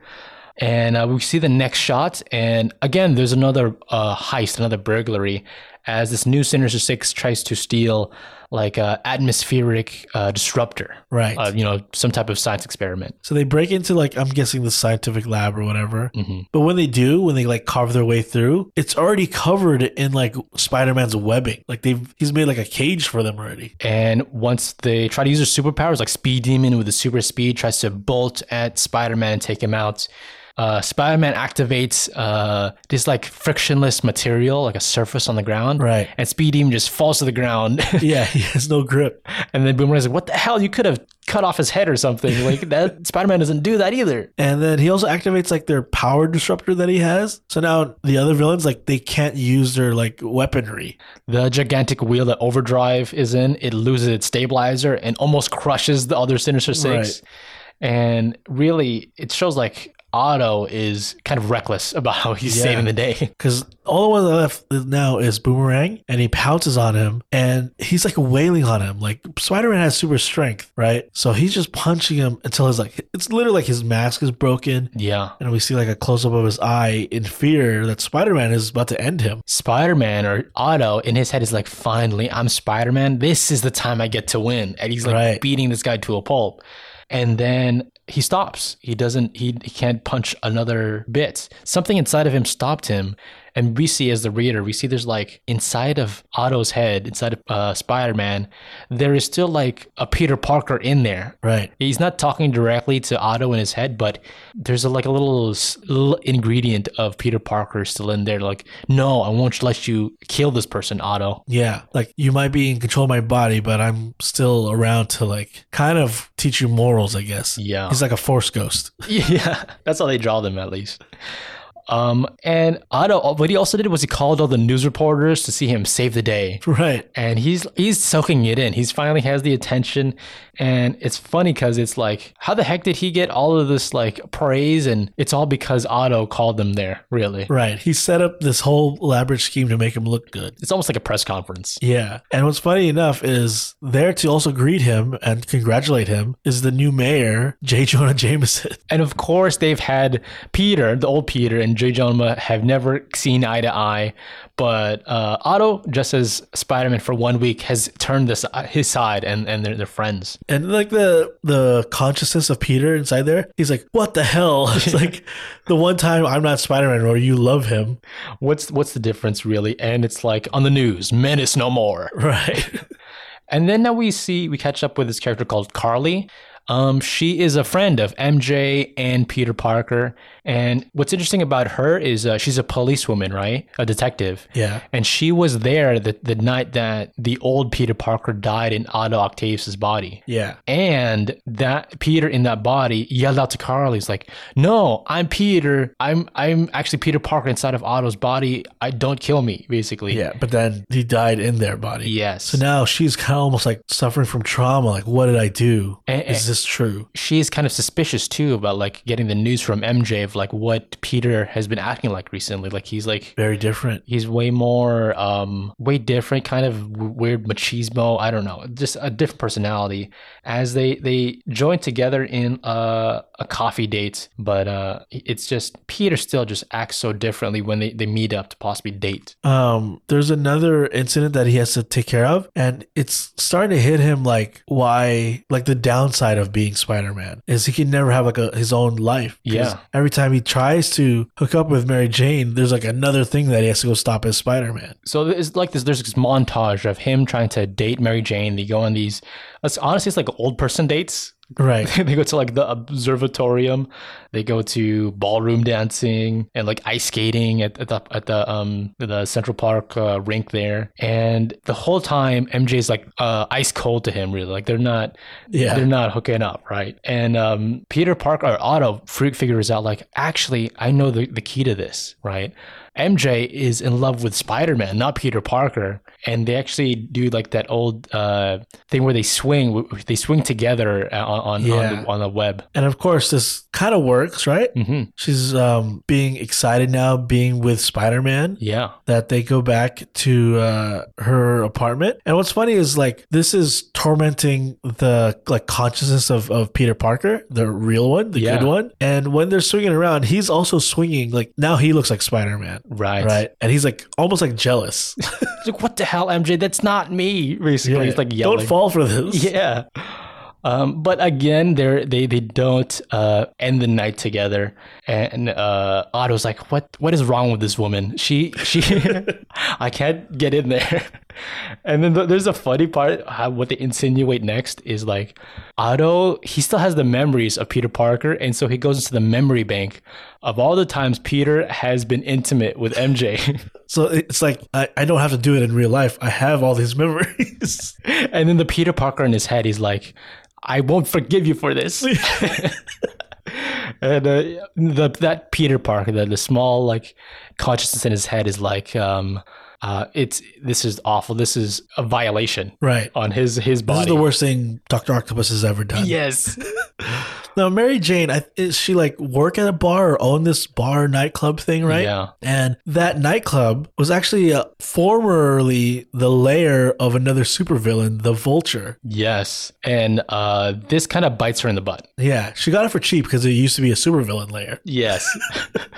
And uh, we see the next shot, and again, there's another uh, heist, another burglary, as this new Sinister Six tries to steal like a atmospheric uh, disruptor,
Right.
uh, you know, some type of science experiment.
so they break into like I'm guessing the scientific lab or whatever. But when they do, when they like carve their way through, it's already covered in like Spider-Man's webbing. Like they've he's made like a cage for them already.
And once they try to use their superpowers, like Speed Demon with the super speed tries to bolt at Spider Man and take him out. Uh, Spider Man activates uh, this like frictionless material, like a surface on the ground.
Right.
And Speed Demon just falls to the ground.
[laughs]
[laughs]
Yeah, he has no grip.
and then Boomerang's like, what the hell? You could have cut off his head or something. Like that [laughs] Spider Man doesn't do that either.
And then he also activates like their power disruptor that he has. So now the other villains like they can't use their like weaponry.
The gigantic wheel that Overdrive is in, it loses its stabilizer and almost crushes the other Sinister Six. And really, it shows like Otto is kind of reckless about how he's
Yeah.
saving the day.
Because all the one left now is Boomerang, and he pounces on him, and he's like wailing on him. Like Spider Man has super strength, right? So he's just punching him until his like it's literally like his mask is broken,
Yeah.
and we see like a close up of his eye in fear that Spider Man is about to end him.
Spider Man or Otto in his head is like, finally, I'm Spider Man. This is the time I get to win. And he's like
Right.
beating this guy to a pulp. And then he stops. He doesn't, he, he can't punch another bit. Something inside of him stopped him. And we see as the reader, we see there's like inside of Otto's head, inside of uh, Spider Man, there is still like a Peter Parker in there.
Right.
He's not talking directly to Otto in his head, but there's a, like a little, s- little ingredient of Peter Parker still in there. Like, no, I won't let you kill this person, Otto.
Yeah. Like you might be in control of my body, but I'm still around to like kind of teach you morals, I guess.
Yeah.
He's like a force ghost. [laughs]
[laughs] yeah, that's how they draw them at least. Um, and Otto, uh, what he also did was he called all the news reporters to see him save the day.
Right.
and he's he's soaking it in. He's finally has the attention, and it's funny because it's like, how the heck did he get all of this like praise? And it's all because Otto called them there. Really,
Right. He set up this whole elaborate scheme to make him look good.
it's almost like a press conference.
Yeah. And what's funny enough is there to also greet him and congratulate him is the new mayor, J. Jonah Jameson. [laughs]
And of course, they've had Peter, the old Peter, and Jay Jonah have never seen eye to eye. But uh, Otto, just as Spider Man for one week, has turned this uh, his side, and and they're, they're friends.
And like the the consciousness of Peter inside there, he's like, What the hell? [laughs] It's like the one time I'm not Spider Man or you love him. [laughs]
What's what's the difference really? And it's like on the news, menace no more.
Right.
And then now we see we catch up with this character called Carly. Um, she is a friend of MJ and Peter Parker. And what's interesting about her is uh, she's a policewoman, right? A detective.
Yeah.
And she was there the, the night that the old Peter Parker died in Otto Octavius' body.
Yeah.
And that Peter in that body yelled out to Carly, he's like, No, I'm Peter. I'm I'm actually Peter Parker inside of Otto's body. I don't kill me, basically.
Yeah. But then he died in their body.
Yes.
So now she's kind of almost like suffering from trauma. Like, what did I do?
And-
Is this true?
she's kind of suspicious too about like getting the news from MJ of like what Peter has been acting like recently. Like he's like
Very different.
he's way more um way different kind of w- weird machismo i don't know just a different personality as they they join together in a, a coffee date but uh it's just peter still just acts so differently when they, they meet up to possibly date
um there's another incident that he has to take care of and it's starting to hit him like why like the downside of being spider-man is he can never have like a his own life 'Cause
Yeah.
every time he tries to hook up with mary jane there's like another thing that he has to go stop as spider-man
So it's like this. There's this montage of him trying to date Mary Jane. They go on these. It's, honestly, it's like old person dates. [laughs]
right
they go to like the observatorium they go to ballroom dancing and like ice skating at, at the at the um the central park uh, rink there and the whole time mj's like uh ice cold to him really like they're not
Yeah.
they're not hooking up right and um peter parker or otto freak figures out like actually i know the, the key to this right MJ is in love with Spider Man, not Peter Parker, and they actually do like that old uh, thing where they swing, they swing together uh, on on on,
Yeah.
the, on the web.
And of course, this kind of works, right?
hmm
She's um, being excited now, being with Spider Man.
Yeah,
that they go back to uh, her apartment. And what's funny is like this is tormenting the like consciousness of, of Peter Parker, the real one, the
Yeah.
good one. And when they're swinging around, he's also swinging. Like now he looks like Spider Man,
right.
right. And he's like almost like
[laughs]
jealous. [laughs]
It's like what the hell, MJ? That's not me. Basically,
Yeah.
it's like yelling.
Don't fall for this.
[laughs] Yeah. Um, but again, they're, they they don't uh, end the night together, and uh, Otto's like, "What what is wrong with this woman? She she, [laughs] I can't get in there." [laughs] And then th- there's a funny part. How, what they insinuate next is like, Otto he still has the memories of Peter Parker, and so he goes into the memory bank of all the times Peter has been intimate with [laughs] MJ.
So it's like I, I don't have to do it in real life. I have all these [laughs]
[laughs]
memories.
and then the Peter Parker in his head, he's like, "I won't forgive you for
[laughs]
this." [laughs] and uh, the that Peter Parker, the, the small like consciousness in his head is like, um, uh, "It's this is awful. This is a violation
right.
on his his
This is
body."
the
[laughs]
worst thing Doctor Octopus has ever done.
yes,
Now, Mary Jane, I, is she like work at a bar or own this bar nightclub thing, right?
Yeah.
And that nightclub was actually uh, formerly the lair of another supervillain, the Vulture.
yes, and uh, this kind of bites her in the butt.
Yeah, she got it for cheap because it used to be a supervillain lair.
Yes.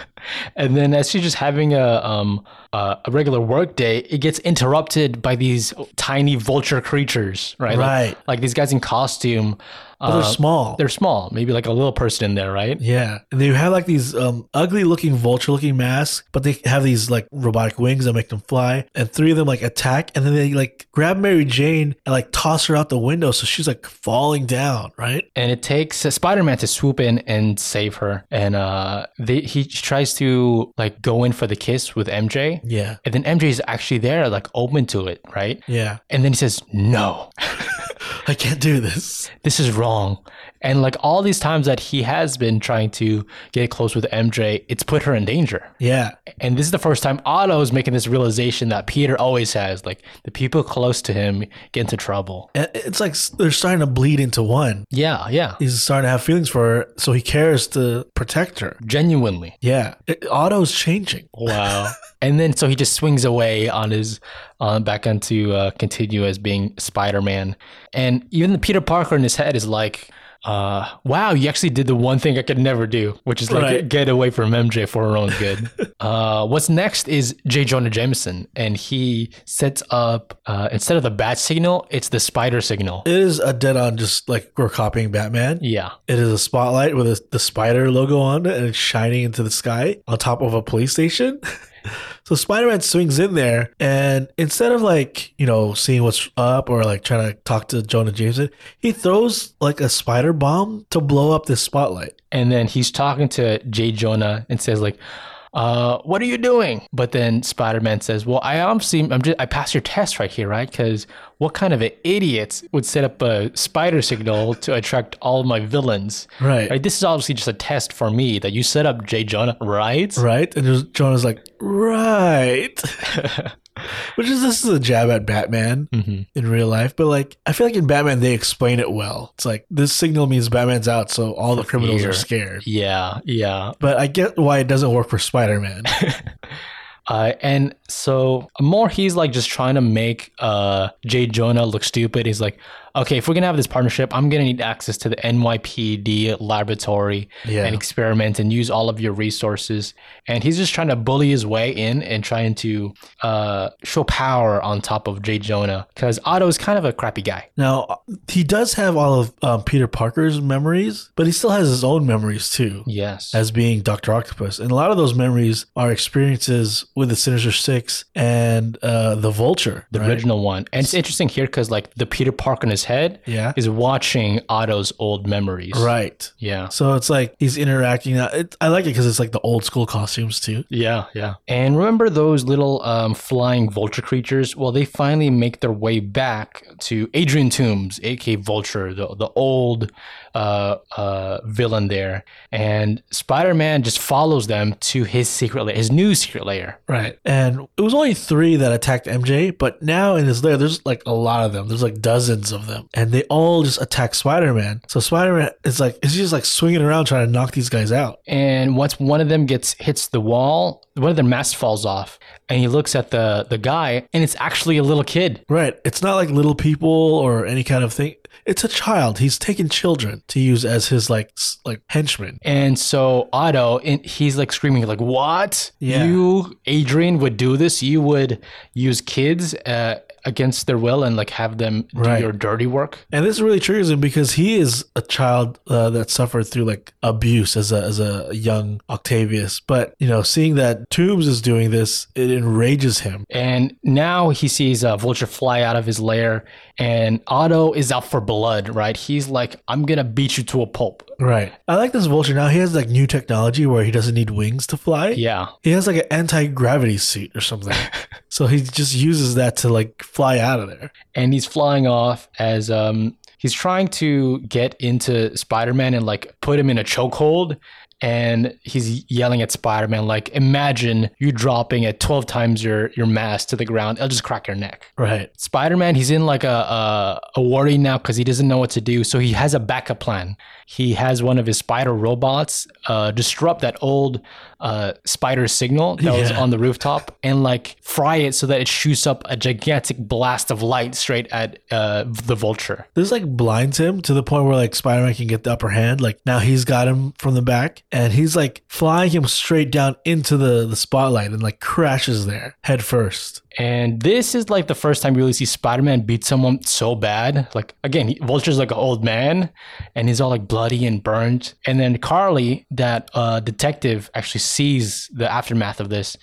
[laughs] and then as she's just having a um uh, a regular work day, it gets interrupted by these tiny vulture creatures, right? Like-
Right.
Like, these guys in costume. Uh,
But they're small.
They're small, maybe like a little person in there, right?
yeah, and they have like these um, ugly-looking vulture-looking masks, but they have these like robotic wings that make them fly. And three of them like attack, and then they like grab Mary Jane and like toss her out the window, so she's like falling down, right?
And it takes Spider Man to swoop in and save her. And uh, they, he tries to like go in for the kiss with MJ.
Yeah,
And then MJ is actually there, like open to it, right?
yeah,
And then he says, no.
I can't do this.
this is wrong. And like all these times that he has been trying to get close with MJ, it's put her in danger.
Yeah,
And this is the first time Otto is making this realization that Peter always has. Like the people close to him get into trouble.
And it's like s- they're starting to bleed into one.
Yeah, yeah.
He's starting to have feelings for her, so he cares to protect her.
Genuinely.
Yeah, it, Otto's changing.
Wow. [laughs] and then so he just swings away on his uh, back onto uh, continue as being Spider Man. And even the Peter Parker in his head is like, uh, wow, you actually did the one thing I could never do, which is like
Right.
get away from MJ for her own
[laughs]
good. uh, what's next is J. Jonah Jameson, and he sets up uh, instead of the bat signal, it's the spider signal.
It is a dead on, just like we're copying Batman.
Yeah,
It is a spotlight with a, the spider logo on it, and it's shining into the sky on top of a police station. [laughs] so Spider Man swings in there, and instead of like you know seeing what's up or like trying to talk to Jonah Jameson, he throws like a spider bomb to blow up this spotlight.
and then he's talking to Jay Jonah and says like, uh, "What are you doing?" But then Spider Man says, "Well, I obviously I'm just I passed your test right here, right? Because what kind of an idiot would set up a spider signal to attract all my villains?
Right.
Right? This is obviously just a test for me that you set up, Jay Jonah, right?"
Right? And just- Jonah's like, right. Which is this is a jab at Batman in real life, but like I feel like in Batman they explain it well. It's like this signal means Batman's out, so all the criminals
fear.
are scared.
Yeah, yeah.
But I get why it doesn't work for Spider Man.
Uh, and so more he's like just trying to make uh, Jay Jonah look stupid. He's like, okay, if we're gonna have this partnership, I'm gonna need access to the NYPD laboratory
Yeah.
and experiment and use all of your resources. And he's just trying to bully his way in and trying to uh, show power on top of Jay Jonah because Otto is kind of a crappy guy.
now he does have all of um, Peter Parker's memories, but he still has his own memories too.
Yes.
As being Doctor Octopus, and a lot of those memories are experiences with the Sinister Six and uh, the Vulture,
the
right?
original one. And it's interesting here because like the Peter Parker in his his head
Yeah.
is watching Otto's old memories.
Right.
Yeah.
So it's like he's interacting. It, I like it because it's like the old school costumes too.
Yeah, yeah. And remember those little um, flying vulture creatures? Well, they finally make their way back to Adrian Toombs, aka Vulture, the, the old uh, uh, villain there. And Spider Man just follows them to his secret lair, his new secret lair.
Right. And it was only three that attacked MJ, but now in his lair, there's like a lot of them. There's like dozens of them. And they all just attack Spider Man. So Spider Man is like, he's just like swinging around trying to knock these guys out.
And once one of them gets hits the wall, one of their masks falls off, and he looks at the the guy, and it's actually a little kid.
Right. It's not like little people or any kind of thing. It's a child. He's taking children to use as his like, s- like henchmen.
And so Otto, and he's like screaming, like, "What?
Yeah.
You, Adrian, would do this? You would use kids uh, against their will and like have them do
Right.
your dirty work?"
And this really triggers him because he is a child uh, that suffered through like abuse as a as a young Octavius. But you know, seeing that Toombs is doing this, it enrages him.
And now he sees a vulture fly out of his lair, and Otto is out for blood. Right? He's like, "I'm gonna beat you to a pulp."
Right. I like this vulture now. He has like new technology where he doesn't need wings to fly.
Yeah.
He has like an anti gravity suit or something. so he just uses that to like fly out of there.
and he's flying off as um he's trying to get into Spider-Man and like put him in a chokehold and he's yelling at Spider-Man like imagine you dropping at 12 times your your mass to the ground it'll just crack your neck.
Right.
Spider-Man he's in like a a, a worry now cuz he doesn't know what to do so he has a backup plan. He has one of his spider robots uh disrupt that old uh spider signal that was
Yeah.
on the rooftop and like fry it so that it shoots up a gigantic blast of light straight at uh, the vulture.
This like blinds him to the point where like Spider Man can get the upper hand. Like now he's got him from the back and he's like flying him straight down into the, the spotlight and like crashes there head first.
And this is like the first time you really see Spider Man beat someone so bad. Like, again, he, Vulture's like an old man and he's all like bloody and burned. And then Carly, that uh, detective, actually sees the aftermath of this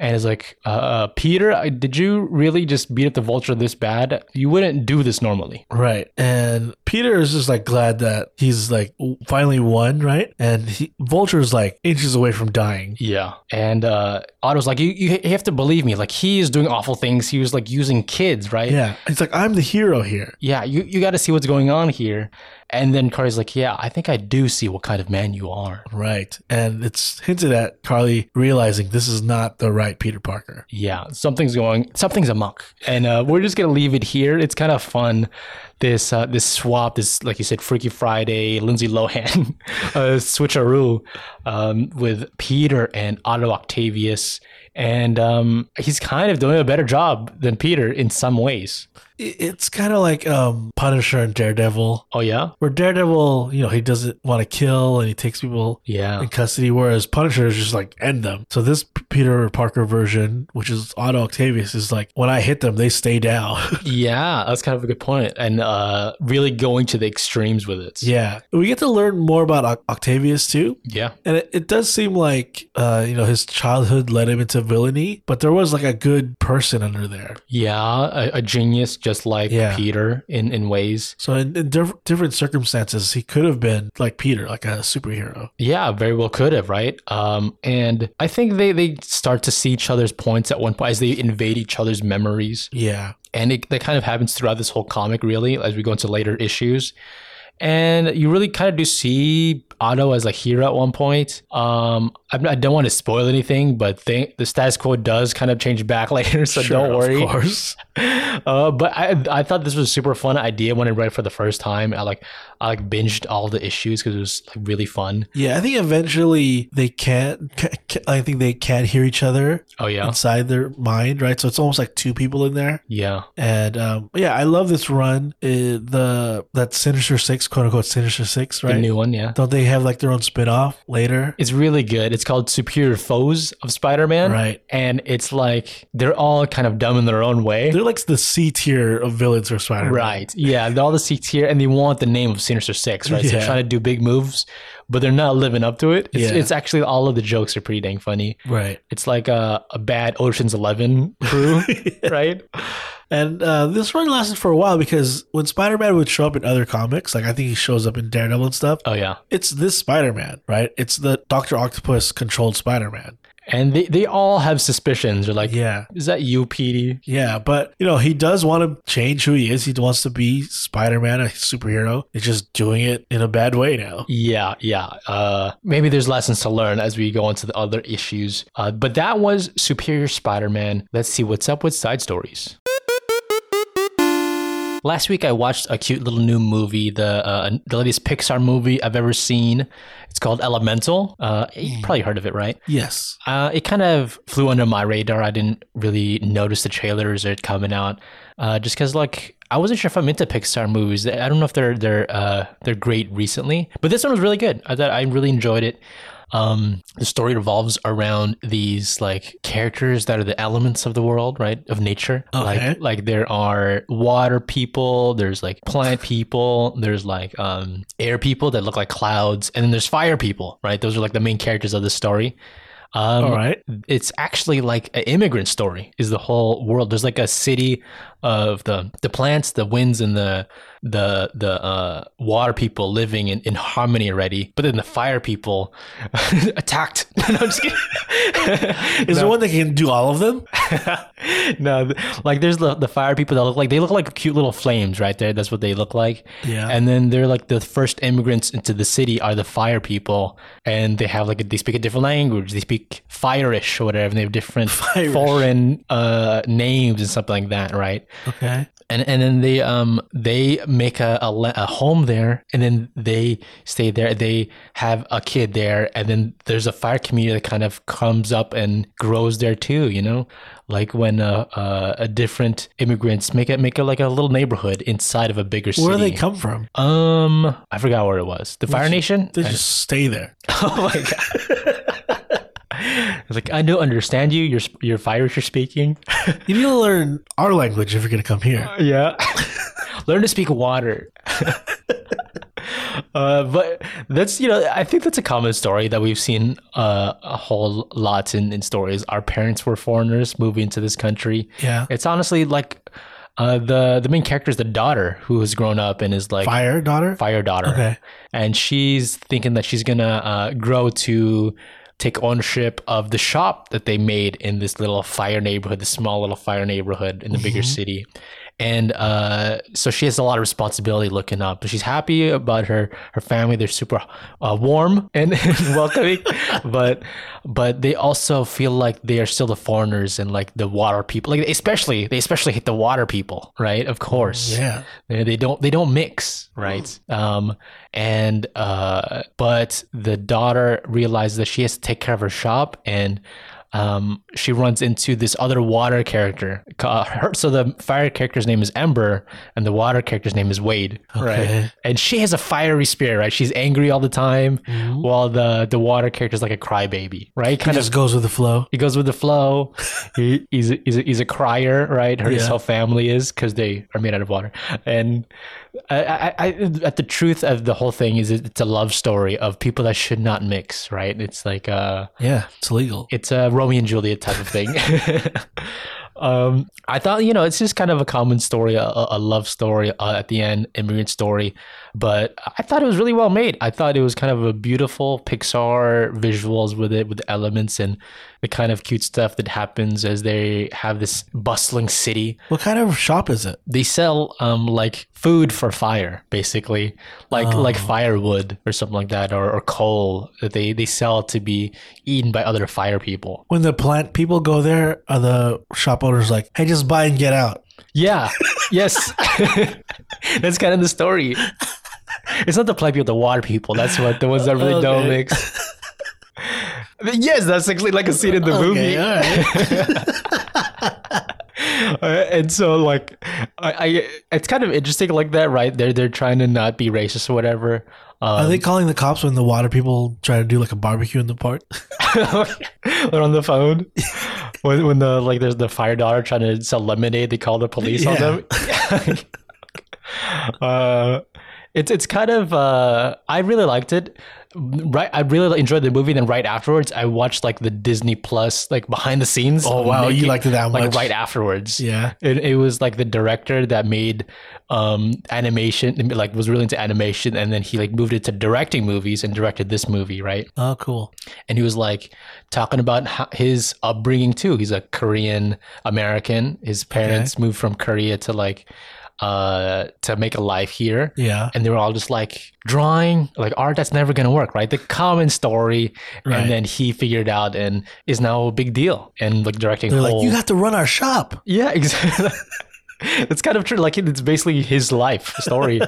and is like, uh, uh, Peter, I- did you really just beat up the Vulture this bad? You wouldn't do this normally.
Right. And Peter is just like glad that he's like finally won, right? And he, Vulture's like inches away from dying.
Yeah. And uh, Otto's like, you, you have to believe me. Like, he is doing awful things. He was like using kids, right?
Yeah. He's like, I'm the hero here.
yeah, you, you got to see what's going on here. And then Carly's like, yeah, I think I do see what kind of man you are.
Right. And it's hinted at Carly realizing this is not the right Peter Parker.
Yeah, something's going, something's amok, and uh, we're just gonna leave it here. It's kind of fun, this uh, this swap, this like you said, Freaky Friday, Lindsay Lohan, [laughs] uh, switcheroo um, with Peter and Otto Octavius, and um, he's kind of doing a better job than Peter in some ways.
I- It's kind of like um, Punisher and Daredevil,
Oh yeah,
where Daredevil, you know, he doesn't want to kill and he takes people [laughs]
yeah.
in custody, whereas Punisher is just like end them. So this P- Peter Parker version, which is Otto Octavius, is like when I hit them, they stay down. [laughs]
Yeah, that's kind of a good point, and uh, really going to the extremes with it.
yeah, we get to learn more about Oc- Octavius too,
yeah,
and it, it does seem like uh, you know his childhood led him into villainy, but there was like a good person under there.
yeah. A, a genius, just like
Yeah.
Peter in in ways.
So in, in diff- different circumstances, he could have been like Peter, like a superhero.
Yeah, very well could have, right? Um, and I think they they start to see each other's points at one point as they invade each other's memories,
Yeah,
and it, that kind of happens throughout this whole comic, really, as we go into later issues. And you really kind of do see Otto as a hero at one point. Um, I'm, I don't want to spoil anything, but think the status quo does kind of change back [laughs] later, so
Sure,
don't worry
Of course.
uh, but I, I thought this was a super fun idea when I read it for the first time. I like I like binged all the issues because it was like really fun.
Yeah, I think eventually they can't. ca- ca- I think they can't hear each other
Oh yeah,
inside their mind, right? So it's almost like two people in there.
yeah,
And um, yeah, I love this run. Uh, the that Sinister Six, quote unquote Sinister Six,
the
right?
new one. Yeah,
Don't they have like their own spin off later?
it's really good. It's called Superior Foes of Spider-Man,
Right.
And it's like they're all kind of dumb in their own way.
They're like the C tier of villains for Spider Man.
Right. Yeah. They're all the six here and they want the name of Sinister Six, right? So
Yeah.
they're trying to do big moves, but they're not living up to it. It's,
Yeah.
it's actually all of the jokes are pretty dang funny. uh,
Right.
It's like a, a bad Ocean's Eleven crew, [laughs] right?
[laughs] And uh, this run lasted for a while because when Spider Man would show up in other comics, like I think he shows up in Daredevil and stuff,
Oh yeah,
it's this Spider Man, right? It's the Doctor Octopus controlled Spider Man.
and they, they all have suspicions. They're like,
Yeah.
is that you, PD?
Yeah, but you know, he does want to change who he is. He wants to be Spider Man, a superhero. He's just doing it in a bad way now.
Yeah, yeah. Uh, maybe there's lessons to learn as we go into the other issues. Uh, but that was Superior Spider-Man. Let's see what's up with side stories. Last week, I watched a cute little new movie, the uh, the latest Pixar movie I've ever seen. It's called Elemental. Uh, you've probably heard of it, right?
Yes.
Uh, it kind of flew under my radar. I didn't really notice the trailers or it coming out, uh, just because like I wasn't sure if I'm into Pixar movies. I don't know if they're they're uh, they're great recently, but this one was really good. I thought I really enjoyed it. Um, the story revolves around these like characters that are the elements of the world, right? Of nature.
Okay.
Like like there are water people, there's like
[laughs]
plant people, there's like um air people that look like clouds, and then there's fire people, right? Those are like the main characters of the story. Um,
All right.
it's actually like an immigrant story is the whole world there's like a city of the the plants the winds and the the the uh, water people living in, in harmony already but then the fire people [laughs] attacked [laughs] no, I'm just kidding.
Is there one that can do all of them?
[laughs] no th- like there's the, the fire people that look like they look like cute little flames right there that's what they look like
Yeah.
and then they're like the first immigrants into the city are the fire people, and they have like they speak a different language. They speak Firish or whatever, and they have
[laughs]
different
Firish.
foreign uh, names and something like that, right?
Okay.
And and then they um they make a, a le- a home there, and then they stay there. They have a kid there, and then there's a fire community that kind of comes up and grows there too. You know, like when uh, uh, a different immigrants make it make a, like a little neighborhood inside of a bigger city.
Where do they come from?
Um, I forgot where it was. The Fire Nation.
They just stay there.
oh my god! [laughs] It's like I don't understand you. You're sp- you're Irish. You're speaking.
You need to learn our language if you're going to come here.
yeah. [laughs] Learn to speak water. [laughs] Uh, but that's you know I think that's a common story that we've seen uh, a whole lot in, in stories. Our parents were foreigners moving to this country.
Yeah.
It's honestly like uh, the the main character is the daughter who has grown up and is like
Fire daughter?
fire daughter.
Okay.
And she's thinking that she's gonna uh, grow to take ownership of the shop that they made in this little fire neighborhood, the small little fire neighborhood in the bigger
Mm-hmm.
city. And uh, so she has a lot of responsibility looking up, but she's happy about her her family. They're super uh, warm and [laughs]
[laughs]
welcoming, but but they also feel like they are still the foreigners and like the water people. Like especially they especially hate the water people, right? Of course,
Yeah.
they they don't they don't mix, right? Um, and uh, but the daughter realizes that she has to take care of her shop, and um, she runs into this other water character. Uh, her, so the fire character's name is Ember, and the water character's name is Wade,
Okay.
right? And she has a fiery spirit, right? She's angry all the time, while the the water character's like a crybaby, right?
It
Kind of
just goes with the flow.
he goes with the flow. he, he's, a, he's, a, he's a crier, right? Her, His
Yeah.
whole family is because they are made out of water. And I, I, I, at the truth of the whole thing is it- it's a love story of people that should not mix, right? It's like uh,
Yeah. It's illegal.
it's a Romeo and Juliet type of thing. um, I thought you know it's just kind of a common story, a, a a love story uh, at the end, immigrant story, but I thought it was really well made. I thought it was kind of a beautiful Pixar visuals with it, with elements and the kind of cute stuff that happens as they have this bustling city.
What kind of shop is it?
They sell um, like food for fire, basically, like like firewood or something like that, or, or coal that they they sell to be eaten by other fire people.
When the plant people go there, are the shop owners like, hey, just buy and get out?
Yeah. Yes. That's kind of the story. It's not the plant people, the water people. That's what the ones that really don't
Okay.
mix. But yes, that's actually like a scene in the movie.
all right.
Uh, and so like I, I it's kind of interesting like that, right? They're they're trying to not be racist or whatever. Um,
Are they calling the cops when the water people try to do like a barbecue in the park?
they're on the phone. When, when the like there's the fire daughter trying to sell lemonade, they call the police on
Yeah.
them. [laughs] uh, It's it's kind of uh, I really liked it. Right, I really enjoyed the movie. Then right afterwards, I watched like the Disney Plus like behind the scenes.
Oh, wow, you liked it that
like
much.
right afterwards.
Yeah.
It, it was like the director that made um, animation, like was really into animation, and then he like moved into directing movies and directed this movie, right?
Oh, cool.
and he was like talking about ho- his upbringing too. He's a Korean American. His parents moved from Korea to like uh to make a life here.
Yeah.
And they were all just like drawing, like art that's never gonna work, right? The common story,
Right.
and then he figured out and is now a big deal and like directing.
They're
whole-
like, you have to run our shop.
yeah, [laughs] exactly. it's kind of true. Like it's basically his life story,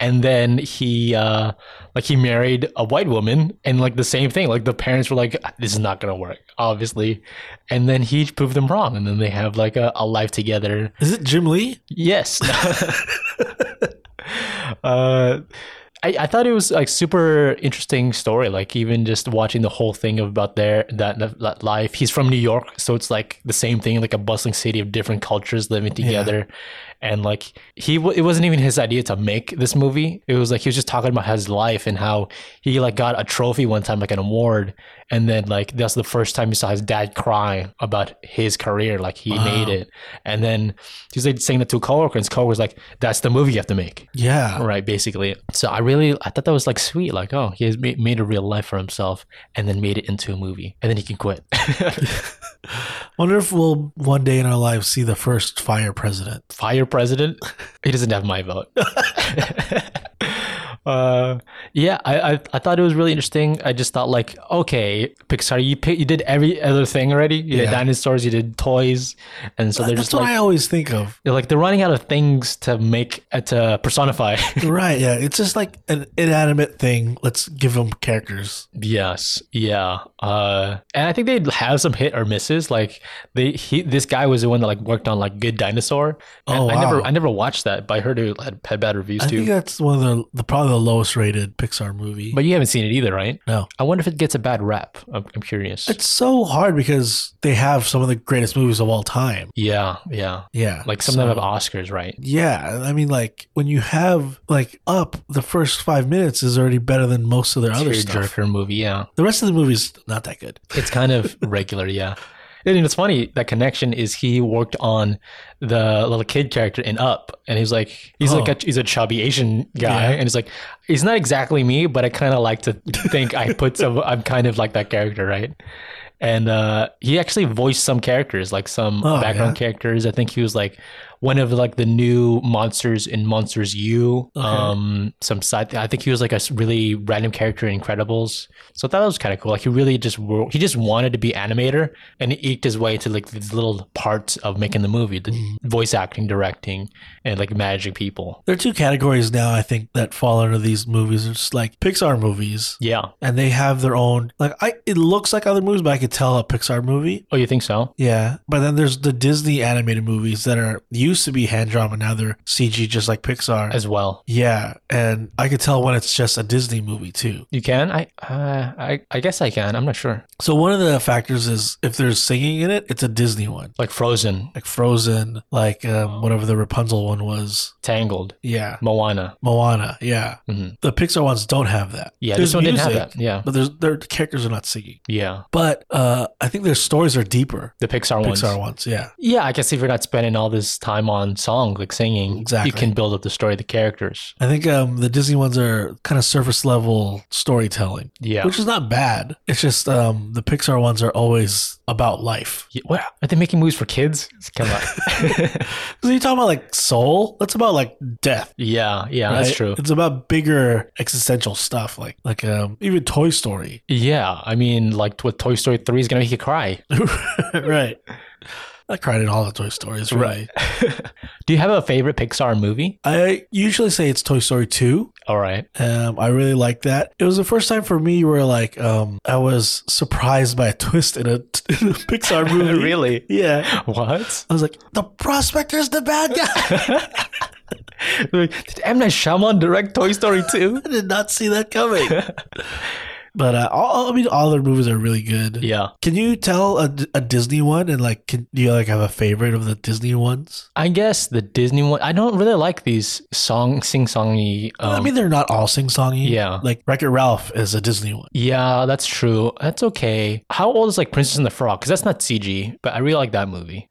and then he uh like he married a white woman, and like the same thing. Like the parents were like, "This is not gonna work," obviously, and then he proved them wrong, and then they have like a, a life together.
Is it Jim Lee?
Yes. [laughs] uh, I, I thought it was like super interesting story. Like even just watching the whole thing about their that, that life. He's from New York, so it's like the same thing, like a bustling city of different cultures living together. And like he, w- it wasn't even his idea to make this movie. It was like he was just talking about his life and how he like got a trophy one time, like an award, and then like that's the first time you saw his dad cry about his career, like he made it. And then he's like saying that to a coworker, and his coworker's like, "That's the movie you have to make."
Yeah.
right basically so i really i thought that was like sweet like oh he has ma- made a real life for himself and then made it into a movie and then he can quit [laughs]
Wonder if we'll one day in our lives see the first fire president.
fire president he doesn't have my
[laughs]
vote uh yeah I, I i thought it was really interesting i just thought like okay pixar you pick, you did every other thing already you
Yeah.
did dinosaurs you did toys and so they're
That's
just
what
like
I always think
[laughs]
of.
they're like they're running out of things to make uh, to personify [laughs]
right. Yeah. It's just like an inanimate thing. Let's give them characters.
Yes, yeah, uh, and I think they have some hit or misses. Like they, he, this guy was the one that like worked on like Good Dinosaur. And
Oh,
I never,
wow.
I never watched that, but I heard it had, had bad reviews
I
too.
think that's one of the, the probably the lowest rated Pixar movie.
but you haven't seen it either, right?
no.
I wonder if it gets a bad rap. I'm, I'm curious.
It's so hard because they have some of the greatest movies of all time.
yeah, yeah,
Yeah.
like some
so-
of them have Oscars, right?
Yeah, I mean, like when you have like up, the first five minutes is already better than most of their other stuff.
Tearjerker movie, yeah.
The rest of the movie's not that good.
It's kind of
[laughs]
regular, yeah. And it's funny that connection is he worked on the little kid character in Up, and he's like he's
Oh.
like a, he's a chubby Asian guy,
Yeah.
and he's like he's not exactly me, but I kind of like to think I put
[laughs]
some I'm kind of like that character, right? And uh, he actually voiced some characters, like some
Oh,
background characters. I think he was like one of like the new monsters in Monsters U. Um, some side. I think he was like a s- really random character in Incredibles. So I thought that was kind of cool. Like he really just wor- he just wanted to be animator, and he eked his way to like these little parts of making the movie, the
Mm-hmm.
voice acting, directing, and like managing people.
There are two categories now, I think, that fall under these movies. It's just like Pixar movies,
Yeah.
and they have their own. Like, I it looks like other movies, but I could tell a Pixar movie.
Oh, you think so?
Yeah, but then there's the Disney animated movies that are used to be hand drawn, but now they're CG, just like Pixar.
As well.
yeah, and I could tell when it's just a Disney movie too.
You can? I uh, I I guess I can. I'm not sure.
So one of the factors is if there's singing in it, it's a Disney one.
Like Frozen,
like Frozen, like um, whatever the Rapunzel one was.
Tangled,
Yeah,
Moana.
Moana. Yeah,
Mhm.
the Pixar ones don't have that.
Yeah,
There's
this one didn't
music,
have that. Yeah.
But there's their characters are not singing.
Yeah.
But uh, I think their stories are deeper.
The Pixar, ones.
Pixar ones, yeah,
Yeah, I guess if you're not spending all this time on song, like singing,
Exactly.
you can build up the story, the characters.
I think um, the Disney ones are kind of surface level storytelling,
Yeah.
which is not bad. It's just um, the Pixar ones are always about life.
Yeah, what? Are they making movies for kids? Come
[laughs]
on.
So you talking about like soul? That's about like death.
yeah, yeah,
right?
that's true.
It's about bigger existential stuff, like like um, even Toy Story.
Yeah, I mean, like with Toy Story 3 is going to make you cry. [laughs]
right. I cried in all the Toy Stories, really.
Do you have a favorite Pixar movie?
I usually say it's Toy Story 2. [laughs]
All right.
Um, I really like that. It was the first time for me where like um, I was surprised by a twist in a, [laughs] in a
[laughs]
Pixar movie.
really?
Yeah.
What?
I was like, the prospector's the bad guy. [laughs] [laughs]
Did M. Night Shyamalan direct Toy Story 2? [laughs]
I did not see that coming. But uh, all I mean, all their movies are really good.
Yeah.
Can you tell a, a Disney one and like, can do you like have a favorite of the Disney ones?
I guess the Disney one. I don't really like these song sing songy. Um,
I mean, they're not all sing songy.
yeah.
Like Wreck It Ralph is a Disney one.
yeah, that's true. That's okay. How old is like Princess and the Frog? Because that's not CG, but I really like that movie.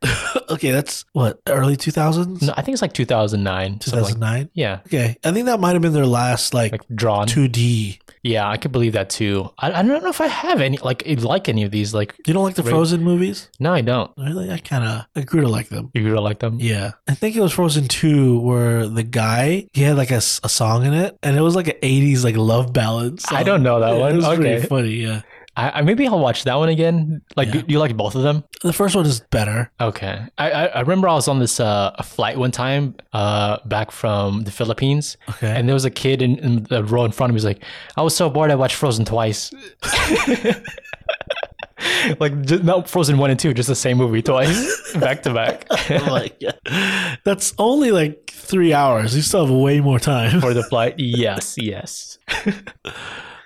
okay, that's what early two thousands,
No, I think it's like 2009.
two
something like-
thousand nine.
yeah,
Okay, I think that might have been their last like
like drawn.
two D.
yeah, I could believe that too. I, I don't know if I have any like like any of these. Like,
You don't like the
Right.
Frozen movies?
no, I don't.
Really, I kind of I grew to like them.
You really like them?
Yeah, I think it was Frozen Two where the guy he had like a, s- a song in it, and it was like an eighties like love ballad. Song.
I don't know that
Yeah,
one.
It was pretty
Okay.
funny. Yeah,
I, I maybe I'll watch that one again. Like,
Yeah.
do you like both of them?
the first one is better.
Okay. I, I, I remember I was on this uh, flight one time uh, back from the Philippines,
Okay, [laughs]
and there was a kid in, in the row in front of me. He's like, I was so bored, I watched Frozen twice. [laughs] like, just, not Frozen 1 and 2, just the same movie twice, [laughs] back to back.
like that's only like three hours. You still have way more time. [laughs]
[laughs] For the flight, yes, yes.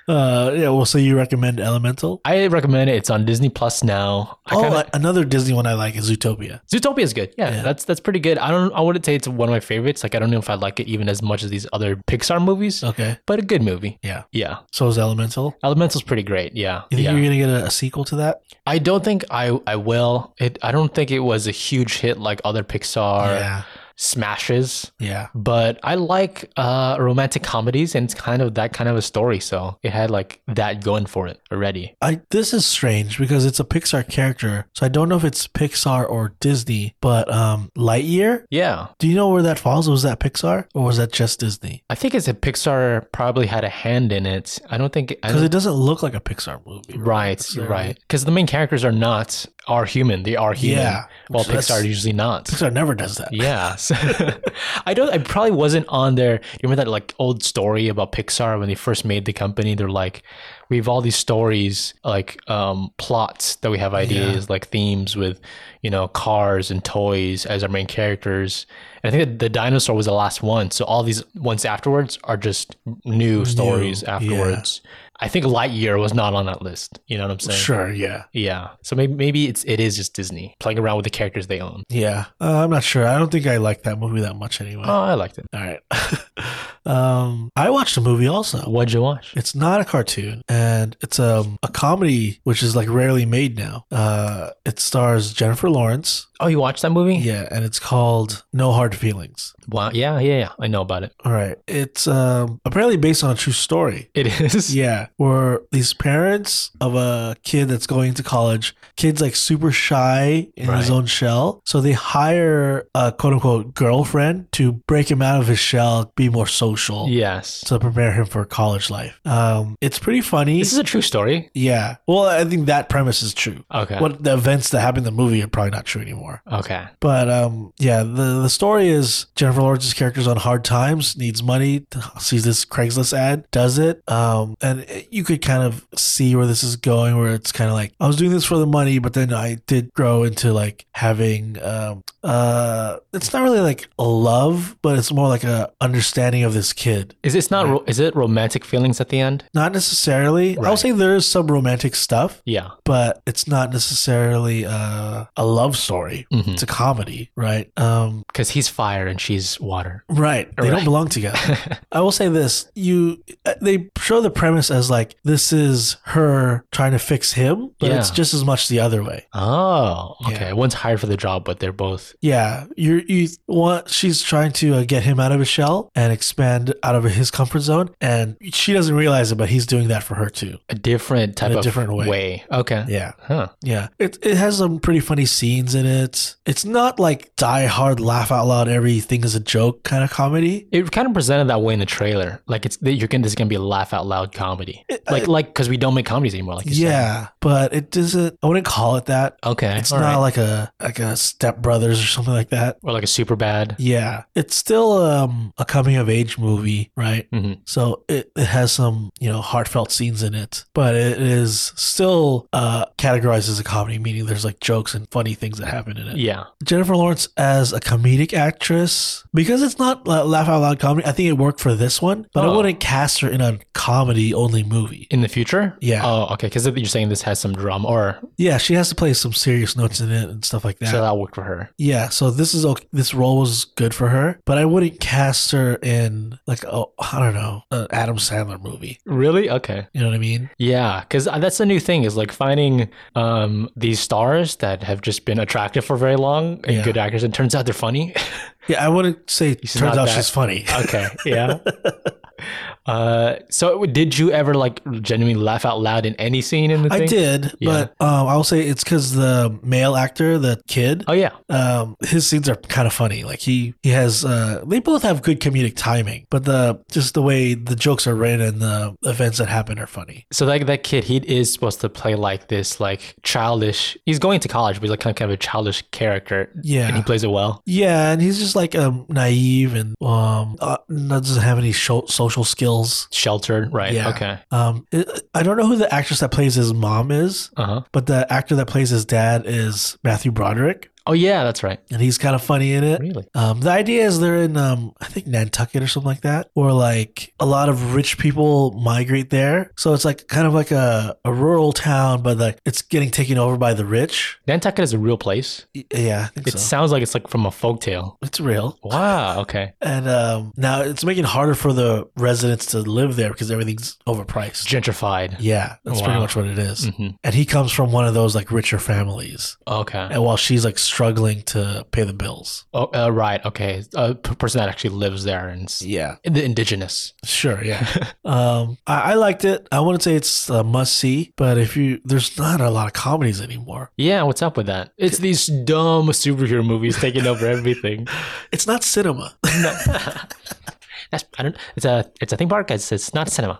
Uh, yeah. Well, so you recommend Elemental?
I recommend it. It's on Disney Plus now. I
oh,
kinda-
a- another Disney one I like is Zootopia.
Zootopia is good. Yeah,
Yeah.
that's that's pretty good. I don't. I wouldn't say it's one of my favorites. Like, I don't know if I like it even as much as these other Pixar movies,
Okay.
but a good movie.
Uh. Yeah.
Yeah,
So is Elemental.
Elemental's pretty great. Yeah,
You think
yeah.
you're gonna get a, a sequel to that?
I don't think I I will. It. I don't think it was a huge hit like other Pixar
yeah.
smashes.
Yeah.
But I like uh, romantic comedies, and it's kind of that kind of a story. So it had like that going for it already.
I this is strange because it's a Pixar character, so I don't know if it's Pixar or Disney. But um, Lightyear.
Yeah,
Do you know where that falls? Was that Pixar or was that just Disney?
I think it's a Pixar probably had a hand in it. I don't think I
Because
don't-
it doesn't look like a Pixar movie.
Right,
So-
right. Because the main characters are not are human. They are human.
Yeah.
Well,
Which-
Pixar
that's-
are usually not.
Pixar never does that. [laughs]
yeah. So- [laughs] I don't. I probably wasn't on their. You remember that like old story about Pixar when they first made the company? They're like, we have all these stories, like um, plots that we have ideas, like themes with, you know, cars and toys as our main characters. And I think that the dinosaur was the last one. So all these ones afterwards are just new stories
yeah.
afterwards. I think Lightyear was not on that list. You know what I'm saying?
Sure. Yeah.
Yeah. So maybe maybe it's it is just Disney playing around with the characters they own.
Yeah. Uh, I'm not sure. I don't think I like that movie that much anyway.
Oh, I liked it.
All right. [laughs] um, I watched a movie also.
What'd you watch?
It's not a cartoon, and it's um, a comedy, which is like rarely made now. Uh, it stars Jennifer Lawrence.
Oh, you watched that movie?
Yeah, and it's called No Hard Feelings.
Wow. Yeah, yeah, yeah. I know about it. [laughs]
All right. It's um, apparently based on a true story.
It is.
Yeah, where these parents of a kid that's going to college, kids like super shy in
Right.
his own shell. So they hire a quote unquote girlfriend to break him out of his shell, be more social
Yes.
to prepare him for college life. Um, it's pretty funny.
this is a true story.
yeah. Well, I think that premise is true.
Okay.
What the events that happen in the movie are probably not true anymore.
Okay.
But um, yeah, the the story is Jennifer Lawrence's character's on hard times, needs money, sees this Craigslist ad, does it, um, and it- you could kind of see where this is going, where it's kind of like I was doing this for the money, but then I did grow into like having um, uh, it's not really like a love, but it's more like a understanding of this kid.
Is it's not? Ro- is it romantic feelings at the end?
Not necessarily. I'll
Right.
say there is some romantic stuff,
Yeah.
but it's not necessarily uh, a love story.
Because
It's a comedy, right? Um,
he's fire and she's water. [laughs]
Right. They don't
Right.
belong
[laughs]
together. I will say this. You uh, they show the premise as like this is her trying to fix him, but it's
Yeah.
just as much the other way.
Oh.
Yeah.
Okay. One's hired for the job, but they're both.
Yeah, you you want she's trying to uh, get him out of his shell and expand out of his comfort zone and she doesn't realize it but he's doing that for her too.
A different type
a
of
different way.
Okay.
Yeah.
Huh.
Yeah. It it has some pretty funny scenes in it. It's not like die hard laugh out loud everything is a joke kind of comedy.
It kind of presented that way in the trailer. Like it's that you're gonna this is gonna be a laugh out loud comedy. like like because we don't make comedies anymore. Like you said.
Uh, Yeah, but it doesn't I wouldn't call it that.
Okay.
It's
all
not
right.
like a like a Step Brothers or something like that.
or like a super bad.
Yeah, it's still um, a coming of age movie, right?
Mhm.
So it, it has some, you know, heartfelt scenes in it, but it is still uh, categorized as a comedy, meaning there's like jokes and funny things that happen in it.
Yeah.
Jennifer Lawrence as a comedic actress because it's not uh, laugh out loud comedy. I think it worked for this one, but I
Oh.
wouldn't cast her in a comedy only movie.
In the future?
Yeah.
Oh, okay. Because you're saying this has some drama, or
Yeah, she has to play some serious notes in it and stuff like that.
so that worked for her.
yeah, so this is okay. This role was good for her, but I wouldn't cast her in like oh I don't know an Adam Sandler movie.
Really? Okay.
You know what I mean?
Yeah, because that's the new thing is like finding um, these stars that have just been attractive for very long and
Yeah.
good actors, and turns out they're funny. [laughs]
Yeah, I wouldn't say.
She's
turns
not
out
that-
she's funny.
okay, yeah. [laughs] Uh, so did you ever like genuinely laugh out loud in any scene in the
I
thing?
did,
Yeah.
but um, I will say it's because the male actor, the kid,
Oh yeah,
um his scenes are kind of funny like he he has uh they both have good comedic timing but the just the way the jokes are written and the events that happen are funny
So like that kid, he is supposed to play like this, like childish. He's going to college, but he's like kind of, kind of a childish character, and he
yeah
plays it well.
yeah and he's just like um naive and um uh, not- doesn't have any sho- social skills
Sheltered, right?
Yeah.
Okay.
um it, i don't know who the actress that plays his mom is
Uh huh.
but the actor that plays his dad is matthew broderick
Oh yeah, that's right.
and he's kind of funny in it
Really?
Um, the idea is they're in, um, I think Nantucket or something like that, or like a lot of rich people migrate there. So it's like kind of like a, a rural town, but like it's getting taken over by the rich.
Nantucket is a real place.
Y- Yeah, I think
It
so.
sounds like it's like from a folktale.
It's real.
[laughs] Wow. Okay.
And um, now it's making it harder for the residents to live there because everything's overpriced.
Gentrified.
Yeah, that's pretty
Wow.
much what it is.
hmm
And he comes from one of those like richer families,
Okay.
and while she's like struggling to pay the bills.
Oh, uh, right. Okay. A p- person that actually lives there and s-
Yeah,
the indigenous.
Sure, yeah. um, I, I liked it. I wouldn't say it's a must see, but if you there's not a lot of comedies anymore.
Yeah. What's up with that? It's these dumb superhero movies taking over everything.
It's not cinema. [laughs]
No. That's I don't. It's a it's a theme park. It's it's not a cinema.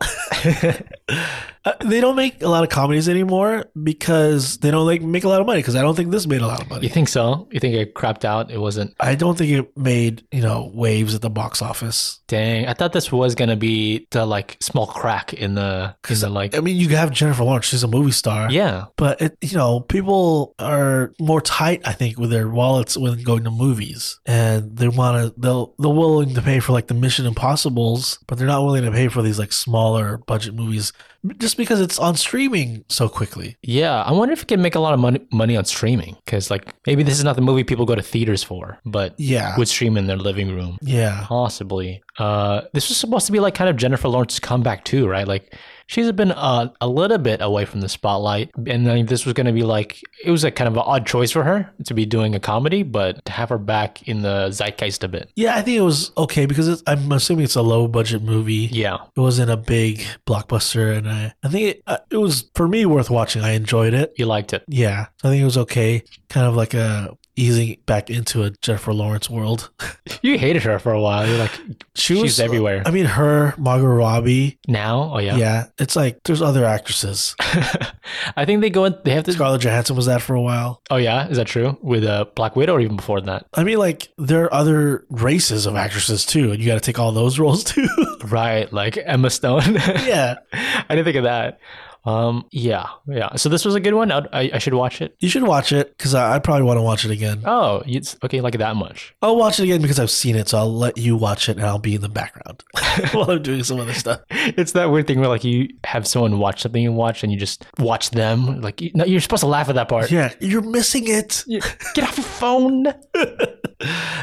Uh, they don't make a lot of comedies anymore because they don't like make a lot of money. Because I don't think this made a lot of
You
money.
think so? You think it crapped out? It wasn't.
I don't think it made you know waves at the box office.
Dang, I thought this was gonna be the like small crack in the in the like.
I mean, you have Jennifer Lawrence; she's a movie star.
Yeah,
But it, you know, people are more tight, I think, with their wallets when going to movies, and they want to. They'll they're willing to pay for like the Mission Impossible's, but they're not willing to pay for these like smaller budget movies just because it's on streaming so quickly.
yeah. I wonder if it can make a lot of money money on streaming because like maybe this is not the movie people go to theaters for, but
Yeah,
would stream in their living room
yeah,
possibly. Uh, this was supposed to be like kind of Jennifer Lawrence's comeback too, right? Like she's been uh, a little bit away from the spotlight, and then this was going to be like it was a kind of an odd choice for her to be doing a comedy, but to have her back in the zeitgeist a bit.
yeah. I think it was okay because it's, I'm assuming it's a low budget movie.
Yeah.
It wasn't a big blockbuster, and I I think it, uh, it was for me worth watching. I enjoyed it.
You liked it.
Yeah, so I think it was okay. Kind of like a easing back into a Jennifer Lawrence world.
You hated her for a while. You're like,
She
She's uh, everywhere.
I mean, her, Margot Robbie.
now? Oh,
Yeah.
yeah.
it's like there's other actresses.
[laughs] I think they go in, they have to.
Scarlett Johansson was that for a while.
Oh, yeah. Is that true? With uh, Black Widow or even before that?
I mean, like there are other races of actresses too, and you got to take all those [laughs] roles too.
Right. Like Emma Stone. [laughs]
yeah,
I didn't think of that. Um, yeah, yeah. So this was a good one. I'd- I, I should watch it.
you should watch it because I, I probably want to watch it again.
Oh, it's okay, like that much. [laughs]
I'll watch it again because I've seen it, so I'll let you watch it, and I'll be in the background [laughs] while I'm doing some other stuff.
It's that weird thing where like you have someone watch something you watch and you just watch them. Like you, no, you're supposed to laugh at
[laughs]
that part.
Yeah, you're missing it.
You- Get off your phone.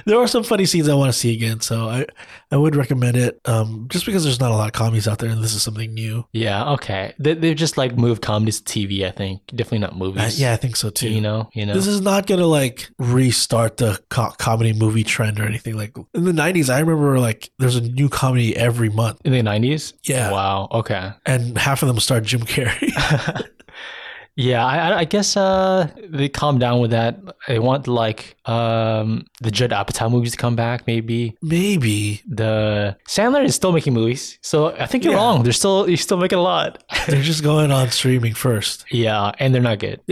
there are some funny scenes I want to see again, so I I would recommend it. Um, just because there's not a lot of comedies out there, and this is something new.
Yeah, okay. They they just like moved comedies to TV. I think definitely not movies.
Uh, yeah, I think so too.
you know, you know.
This is not gonna like restart the co- comedy movie trend or anything. Like in the '90s, I remember like there's a new comedy every month,
in the nineties.
Yeah.
Wow. Okay.
and half of them starred Jim Carrey.
Yeah, I, I- I guess uh, they calm down with that. They want like um, the Judd Apatow movies to come back, maybe.
[laughs] Maybe
The Sandler is still making movies, so I think you're
Yeah.
wrong. They're still he's still making a lot.
they're just going on streaming first.
yeah, and they're not good. [laughs]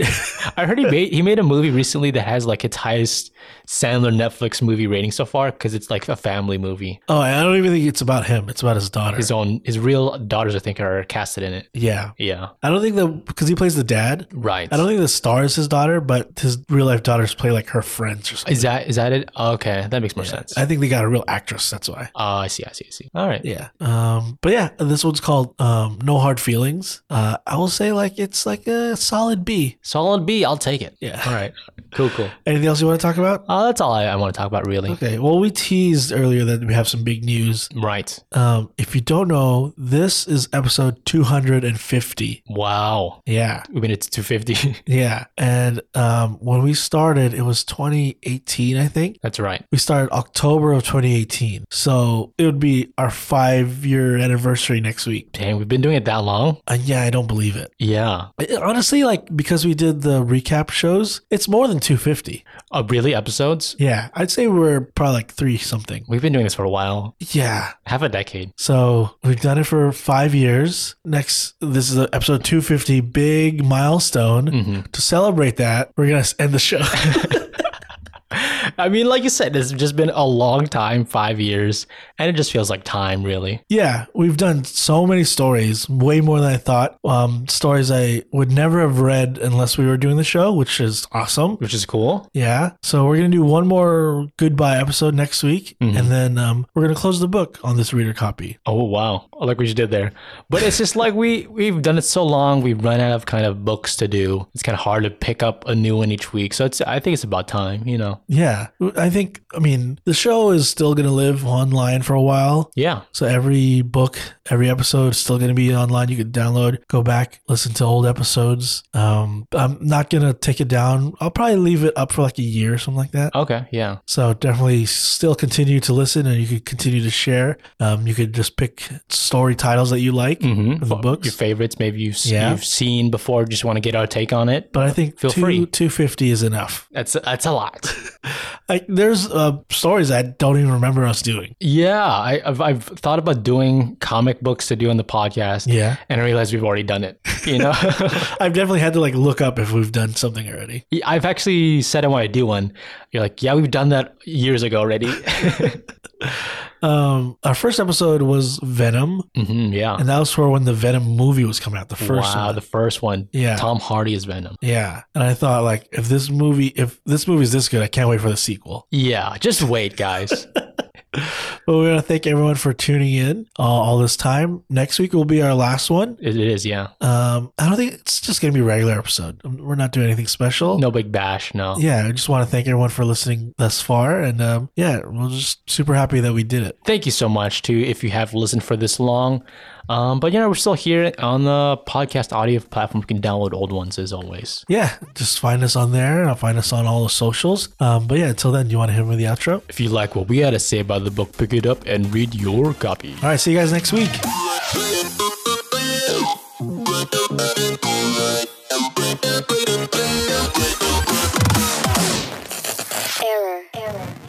I heard he made he made a movie recently that has like its highest Sandler Netflix movie rating so far because it's like a family movie.
Oh, I don't even think it's about him. It's about his daughter.
His own his real daughters, I think, are casted in it.
yeah,
Yeah,
I don't think the because he plays the dad.
right.
I don't think the star is his daughter, but his real life daughters play like her friends or something.
is that is that it? Okay, that makes more sense.
I think they got a real actress. That's why.
Oh, I see. I see. I see. All right.
Yeah. Um, but yeah, this one's called um, No Hard Feelings. Uh, I will say like it's like a solid B.
Solid B. I'll take it.
Yeah.
All right. Cool. Cool.
Anything else you want to talk about?
Uh, that's all I, I want to talk about, really.
Okay. Well, we teased earlier that we have some big news.
Right.
Um, if you don't know, this is episode 250.
Wow.
Yeah.
I mean, it's 250.
Yeah. And um, when we started, it was 2018, I think.
[laughs] that's right.
We started October of 2018. So it would be our five year anniversary next week.
Dang, we've been doing it that long.
And yeah, I don't believe it.
Yeah.
It- honestly, like because we did the recap shows, it's more than 250.
Oh, really? Episodes?
Yeah. I'd say we're probably like three something.
We've been doing this for a while,
Yeah.
half a decade.
So we've done it for five years. Next, this is episode 250, big milestone.
hmm
To celebrate that, we're going to end the show.
[laughs]
[laughs]
I mean, like you said, it's just been a long time, five years, and it just feels like time, really.
Yeah, we've done so many stories, way more than I thought. Um, stories I would never have read unless we were doing the show, which is awesome.
Which is cool.
Yeah. So we're going to do one more goodbye episode next week.
Mhm.
And then um, we're going to close the book on this reader copy.
Oh wow! I like what you did there, but it's just like we we've done it so long. We've run out of kind of books to do. It's kind of hard to pick up a new one each week. So it's I think it's about time, you know.
Yeah. I think, I mean, the show is still going to live online for a while.
Yeah,
So every book, every episode is still going to be online. You can download, go back, listen to old episodes. Um, I'm not going to take it down. I'll probably leave it up for like a year or something like that.
Okay, yeah.
So definitely still continue to listen and you could continue to share. Um, you could just pick story titles that you like.
Mm-hmm.
Of the books?
your favorites, maybe you've,
Yeah.
you've seen before, just want to get our take on it.
But I think
Feel
two,
free.
250 is enough.
That's that's
[laughs]
a lot.
Like there's uh, stories I don't even remember us doing.
yeah, I, I've I've thought about doing comic books to do on the podcast,
Yeah.
and I realized we've already done it. You
[laughs]
know,
I've definitely had to like look up if we've done something already.
I've actually said I want to do one. You're like, yeah, we've done that years
[laughs]
ago already.
Um, our first episode was Venom,
hmm yeah.
and that was for when the Venom movie was coming out, the first
wow,
one.
the first one.
yeah.
Tom Hardy is Venom.
yeah. And I thought like if this movie if this movie's this good, I can't wait for the sequel.
Yeah, just
[laughs]
wait, guys.
But we want to thank everyone for tuning in uh, all this time. Next week will be our last one.
it is, yeah.
Um, I don't think it's just going to be a regular episode. Um, We're not doing anything special.
No big bash, no.
Yeah, I just want to thank everyone for listening thus far. And um, yeah, we're just super happy that we did it.
thank you so much to if you have listened for this long. Um, but you know, we're still here on the podcast audio platform. You can download old ones as always.
Yeah, just find us on there. I'll find us on all the socials. Um, but yeah, until then, you want to hit me with the outro?
If you like what we had to say about the book, pick it up and read your copy.
All right, see you guys next week.
Error. Error.